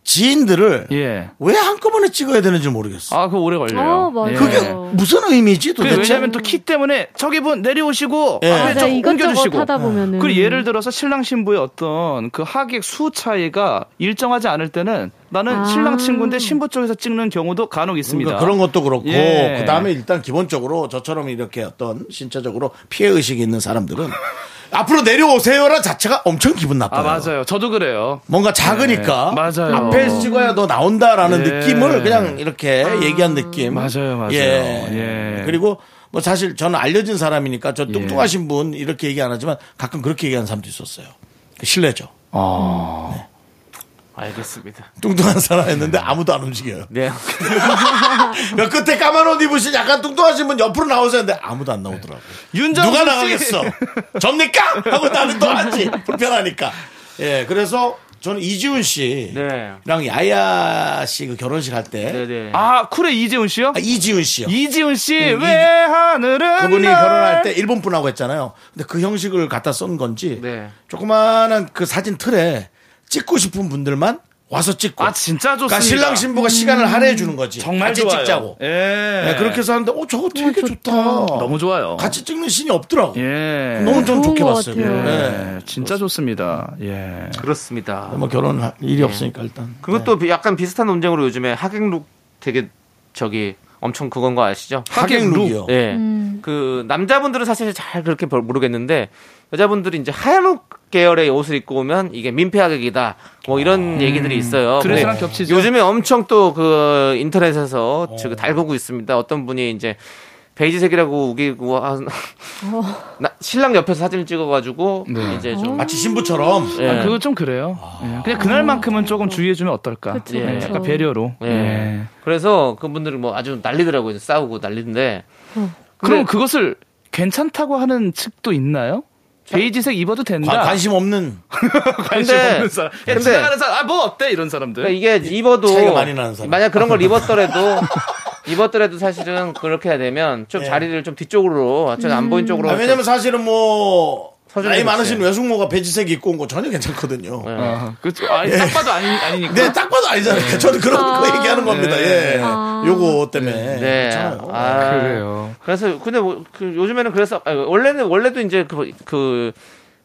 지인들을 예. 왜 한꺼번에 찍어야 되는지 모르겠어. 아, 그거 오래 걸려요. 예. 어, 맞아요. 그게 네. 무슨 의미지 그게 도대체? 왜냐면 또 키 때문에 저기분 내려오시고 예. 앞에 맞아 좀 네. 이것저것 옮겨주시고 하다 보면은 그리고 예를 들어서 신랑 신부의 어떤 그 하객 수 차이가 일정하지 않을 때는 나는 아. 신랑 친구인데 신부 쪽에서 찍는 경우도 간혹 있습니다. 그러니까 그런 것도 그렇고 예. 그다음에 일단 기본적으로 저처럼 이렇게 어떤 신체적으로 피해 의식이 있는 사람들은 앞으로 내려오세요라 자체가 엄청 기분 나빠요. 아 맞아요. 저도 그래요. 뭔가 작으니까 네, 맞아요. 앞에 찍어야 너 나온다라는 예. 느낌을 그냥 이렇게 얘기한 느낌. 맞아요, 맞아요. 예. 예. 그리고 뭐 사실 저는 알려진 사람이니까 저 뚱뚱하신 분 이렇게 얘기 안 하지만 가끔 그렇게 얘기하는 사람도 있었어요. 그 실례죠. 아. 네. 알겠습니다. 뚱뚱한 사람이었는데 아무도 안 움직여요. 네. 몇 끝에 까만 옷 입으신 약간 뚱뚱하신 분 옆으로 나오세요 했는데 아무도 안 나오더라고요. 네. 윤정수 누가 씨. 나가겠어? 접니까? 하고 나는 또 하지. 불편하니까. 예, 그래서 저는 이지훈 네. 씨랑 야야 씨 그 결혼식 할 때. 네, 네네. 아 쿨의 이재훈 씨요? 아, 이지훈 씨요. 이지훈 씨 왜 하늘은 그분이 날- 결혼할 때 일본 분하고 했잖아요. 근데 그 형식을 갖다 쓴 건지 네. 조그마한 그 사진 틀에 찍고 싶은 분들만 와서 찍고. 아 진짜 좋습니다. 음, 그러니까 신랑 신부가 시간을 할애해 주는 거지. 정말 같이 좋아요. 찍자고. 예. 네, 그렇게 해서 하는데 어 저거 되게 좋다. 너무 좋아요. 같이 찍는 신이 없더라고. 예. 너무 좀 좋은 좋게 것 봤어요. 같아요. 네. 예, 진짜 좋습니다. 예. 그렇습니다. 뭐 결혼 할 일이 없으니까 일단. 그리고 또 비- 약간 비슷한 논쟁으로 요즘에 하객룩 되게 저기 엄청 그건 거 아시죠? 하객룩이요. 예. 음. 그 남자분들은 사실 잘 그렇게 별- 모르겠는데 여자분들이 이제 하얀옷 계열의 옷을 입고 오면 이게 민폐 하객이다. 뭐 이런 얘기들이 아, 뭐 있어요. 아. 드레스랑 근데 겹치죠? 어. 요즘에 엄청 또 그 인터넷에서 지금 달구고 있습니다. 어떤 분이 이제 베이지색이라고 우기고 뭐 한 나- 신랑 옆에서 사진을 찍어가지고 이제 좀 네. 마치 신부처럼 예. 네. 아, 그거 좀 그래요. 예. 그냥 그날만큼은 조금 주의해주면 어떨까. 음. 그쵸, 예, 그쵸. 약간 배려로. 예. 네. 예. 그래서 그분들은 뭐 아주 난리더라고요. 싸우고 난리인데. 그럼 그것을 괜찮다고 하는 측도 있나요? 베이지색 입어도 된다. 관- 관심 없는 관심 근데- 없는 사람. 야, 근데- 지나가는 사람. 아, 뭐 어때? 이런 사람들. 그러니까 이게 입어도 차이가 많이 나는 사람. 만약 그런 걸 입었더라도 입었더라도 사실은 그렇게 해야 되면 좀 예. 자리를 좀 뒤쪽으로 좀 안 보인 쪽으로 그렇죠. 아, 왜냐면 사실은 뭐 서준이 나이 됐어요. 많으신 외숙모가 베이지색 입고 온 거 전혀 괜찮거든요. 예. 아, 그, 아니, 딱 봐도 아니, 아니니까. 네. 네, 딱 봐도 아니잖아요. 저는 그런 거 얘기하는 겁니다. 예. 아. 요거 때문에. 그렇죠. 네. 괜찮아요. 아, 그래요. 그래서 근데 뭐, 그 요즘에는 그래서 아니, 원래는 원래도 이제 그, 그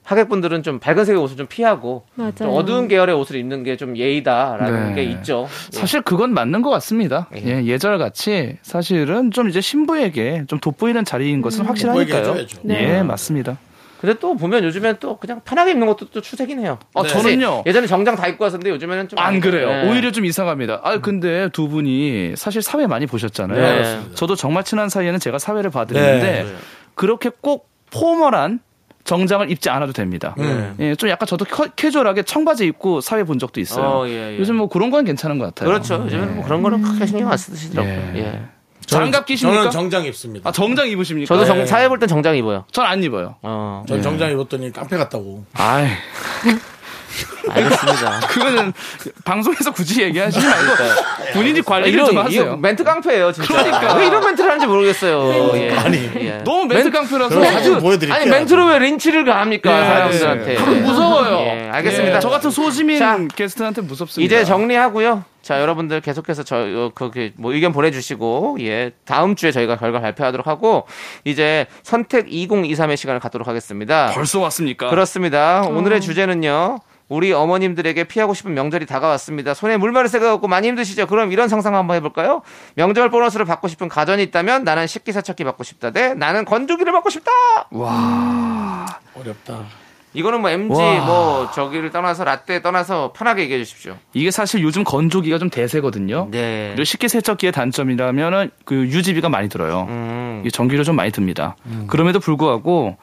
하객분들은 좀 밝은색의 옷을 좀 피하고 맞아요. 좀 어두운 계열의 옷을 입는 게 좀 예의다라는 네. 게 있죠. 예. 사실 그건 맞는 것 같습니다. 예, 예절 같이 사실은 좀 이제 신부에게 좀 돋보이는 자리인 것은 돋보이게 확실하니까요. 해줘야죠. 음. 네. 예, 맞습니다. 근데 또 보면 요즘엔 또 그냥 편하게 입는 것도 또 추세긴 해요. 네. 아, 저는요. 예전에 정장 다 입고 왔었는데 요즘에는 좀 안 그래요. 예. 오히려 좀 이상합니다. 아 근데 두 분이 사실 사회 많이 보셨잖아요. 네, 맞습니다. 저도 정말 친한 사이에는 제가 사회를 봐드리는데 네. 그렇게 꼭 포멀한 정장을 입지 않아도 됩니다. 네. 예, 좀 약간 저도 캐- 캐주얼하게 청바지 입고 사회 본 적도 있어요. 어, 예, 예. 요즘 뭐 그런 건 괜찮은 것 같아요. 그렇죠. 요즘에는 뭐 그런 거는 크게 신경 안 쓰시더라고요. 예. 예. 저는- 장갑 끼십니까? 저는 정장 입습니다. 아 정장 입으십니까? 저도 정, 사회 볼 땐 정장 입어요. 전 안 입어요. 어. 전 정장 입었더니 깡패 같다고. 네. 아이, 알겠습니다. 그거는 방송에서 굳이 얘기하시지 말고 본인이 관리를 이런 좀 이거 하세요. 멘트 깡패예요, 진짜. 네. 그러니까. 왜 이런 멘트를 하는지 모르겠어요. 예. 아니. 예. 너무 멘트 깡패라서 그럼 사진 보여드릴게요. 아니 멘트로 왜 린치를 가합니까 예. 사람들한테? 그건 무서워요. 예, 알겠습니다. 예, 저 같은 소시민 자, 게스트한테 무섭습니다. 이제 정리하고요. 자, 여러분들 계속해서 저, 어, 그, 그, 뭐, 의견 보내주시고, 예, 다음 주에 저희가 결과 발표하도록 하고, 이제 선택 2023의 시간을 갖도록 하겠습니다. 벌써 왔습니까? 그렇습니다. 어. 오늘의 주제는요. 우리 어머님들에게 피하고 싶은 명절이 다가왔습니다. 손에 물마를 새가갖고 많이 힘드시죠? 그럼 이런 상상 한번 해볼까요? 명절 보너스를 받고 싶은 가전이 있다면 나는 식기세척기 받고 싶다. 대 나는 건조기를 받고 싶다. 어렵다. 이거는 뭐 MG 와. 뭐 저기를 떠나서 라떼 떠나서 편하게 얘기해 주십시오. 이게 사실 요즘 건조기가 좀 대세거든요. 네. 그리고 식기 세척기의 단점이라면은 그 유지비가 많이 들어요. 음. 이 전기료 좀 많이 듭니다. 그럼에도 불구하고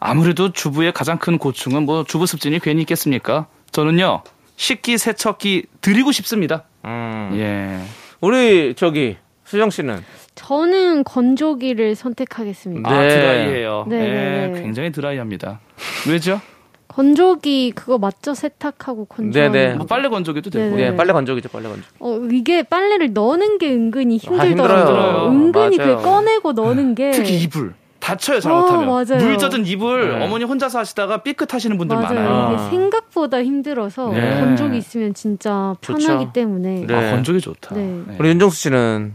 아무래도 주부의 가장 큰 고충은 뭐 주부 습진이 괜히 있겠습니까? 저는요 식기 세척기 드리고 싶습니다. 음. 예. 우리 저기 수정 씨는 저는 건조기를 선택하겠습니다. 아 네. 드라이예요. 네, 네, 예, 네. 굉장히 드라이합니다. 왜죠? 건조기 그거 맞죠? 세탁하고 건조하는 네, 네. 거. 뭐 빨래 건조기도 되고. 네. 네, 빨래 건조기죠, 빨래 건조기. 어, 이게 빨래를 넣는 게 은근히 힘들어요. 힘들더라고요. 은근히 맞아요. 그 꺼내고 넣는 게 아, 특히 이불. 다쳐요 잘못하면. 어, 맞아요. 물 젖은 이불 네. 어머니 혼자서 하시다가 삐끗하시는 분들 맞아요. 많아요. 이게 생각보다 힘들어서 네. 건조기 있으면 진짜 좋죠. 편하기 때문에. 네. 아, 건조기 좋다. 네. 우리 윤정수 씨는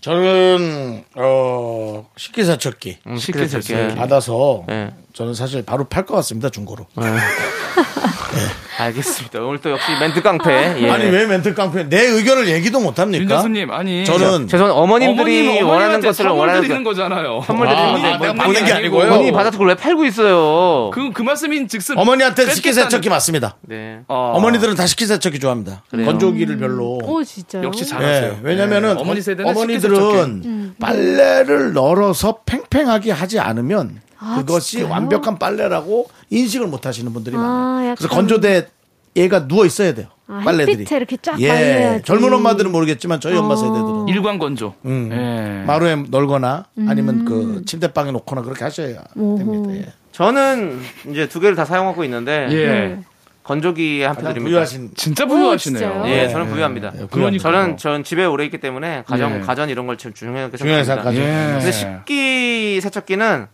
저는 어 식기세척기 음, 쉽게 그래서 됐어요. 이렇게. 받아서 네. 저는 사실 바로 팔 것 같습니다 중고로. 아. 네. 알겠습니다. 오늘 또 역시 멘트 깡패. 예. 아니 왜 멘트 깡패? 내 의견을 얘기도 못 윤 합니까? 교수님 아니 저는 죄송한 어머님들이 어머님은 원하는 어머님한테 것을 선물 원하는 드리는 것. 거잖아요. 선물 드리는 아, 건데 아, 뭐 내가 보낸 게 아니고요. 본인이 받아서 그걸 왜 팔고 있어요? 그, 그 말씀인 즉슨 어머니한테 뺏겠다는- 식기세척기 맞습니다. 네. 어. 머니들은다 식기세척기 좋아합니다. 건조기를 별로. 어, 오 어, 진짜요? 역시 예, 잘하세요. 왜냐면은 네. 어머니 세대는 음, 어머니들은 빨래를 널어서 팽팽하게 하지 않으면 아, 그것이 진짜요? 완벽한 빨래라고 인식을 못 하시는 분들이 아, 많아요. 그래서 약간- 건조대 얘가 누워 있어야 돼요. 아, 빨래들이. 햇빛에 이렇게 쫙 예. 말려야지. 젊은 엄마들은 모르겠지만 저희 엄마 어. 세대들은 일광 건조. 음. 예. 마루에 널거나 아니면 음. 그 침대방에 놓거나 그렇게 하셔야 됩니다. 예. 저는 이제 두 개를 다 사용하고 있는데 예. 건조기 한 표 가장 드립니다. 부유하신 진짜 오, 부유하시네요. 음. 어, 진짜요? 예, 저는 부유합니다. 그러니까요. 저는 전 집에 오래 있기 때문에 가정 예. 가전 이런 걸 참 중요하게 중요한 생각합니다. 생각까지. 예. 근데 식기 세척기는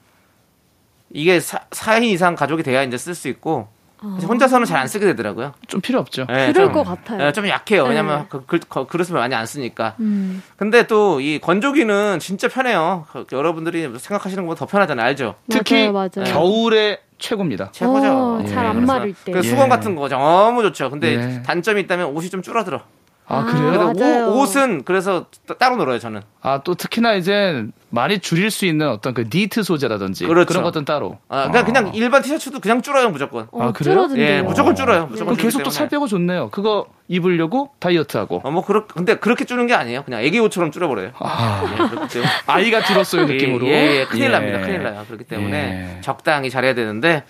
이게 사, 4인 이상 가족이 돼야 이제 쓸 수 있고 그래서 혼자서는 잘 안 쓰게 되더라고요. 좀 필요 없죠. 예, 아. 그럴 좀, 것 같아요. 예, 좀 약해요. 예. 왜냐면 그, 그, 그, 그릇을 많이 안 쓰니까. 음. 근데 또 이 건조기는 진짜 편해요. 그- 여러분들이 생각하시는 것보다 더 편하잖아요. 알죠? 특히 맞아요, 맞아요. 겨울에 최고입니다. 최고죠. 어, 잘안 그래서 마를 때. 그 수건 같은 거 너무 좋죠. 근데 예. 단점이 있다면 옷이 좀 줄어들어. 아, 아, 그래요? 맞아요. 옷, 옷은 그래서 따- 따로 놀아요 저는. 아, 또 특히나 이제 많이 줄일 수 있는 어떤 그 니트 소재라든지 그렇죠. 런 것들은 따로. 아, 그냥, 그냥 일반 티셔츠도 그냥 줄어요 무조건. 어, 아, 그래요? 줄어든대요. 예, 무조건 줄어요. 무조건 그럼 계속 또 살 빼고 좋네요. 그거 입으려고 다이어트하고. 어뭐 그렇 근데 그렇게 줄는 게 아니에요. 그냥 애기 옷처럼 줄어버려요. 예, 그렇기 때문에. 아. 아이가 줄었어요, 예, 느낌으로. 예, 예, 큰일 예. 납니다. 큰일 나요. 그렇기 때문에 예. 적당히 잘해야 되는데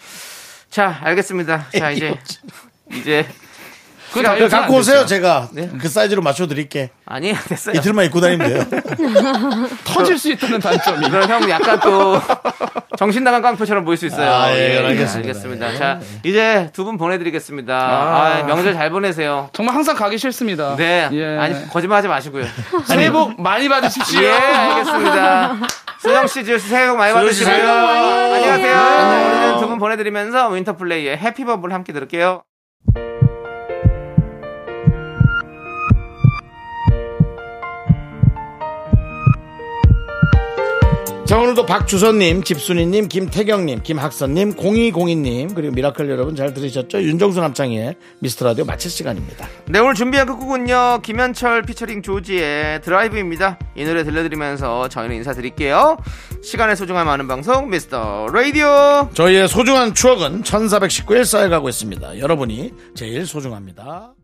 자 알겠습니다. 자 이제 이제 그렇죠. 그거 시간- 다이어트는 네. 갖고 안 오세요 되죠. 제가 네. 그 사이즈로 맞춰 드릴게 아니 됐어요. 이틀만 입고 다니면 돼요 터질 수 있다는 단점이. 이건 형 약간 또 정신 나간 깡패처럼 보일 수 있어요. 아, 예, 알겠습니다. 알겠습니다. 자 이제 두 분 보내드리겠습니다. 아, 명절 잘 보내세요. 정말 항상 가기 싫습니다. 네. 예. 아니, 거짓말하지 마시고요. 새해 복 많이 받으십시오. 예, 알겠습니다. 수영 씨, 지효 씨, 새해 복 많이 받으시고요. 안녕하세요. 네. 오늘은 두 분 보내드리면서 윈터플레이의 해피버블 함께 들을게요. 자 오늘도 박주선님, 집순이님, 김태경님, 김학선님, 0202님 그리고 미라클 여러분 잘 들으셨죠? 윤정수 남창희의 미스터라디오 마칠 시간입니다 네, 오늘 준비한 끝곡은요. 김현철 피처링 조지의 드라이브입니다. 이 노래 들려드리면서 저희는 인사드릴게요. 시간의 소중함 아는 방송, 미스터 라디오. 저희의 소중한 추억은 1419일 쌓여가고 있습니다 여러분이 제일 소중합니다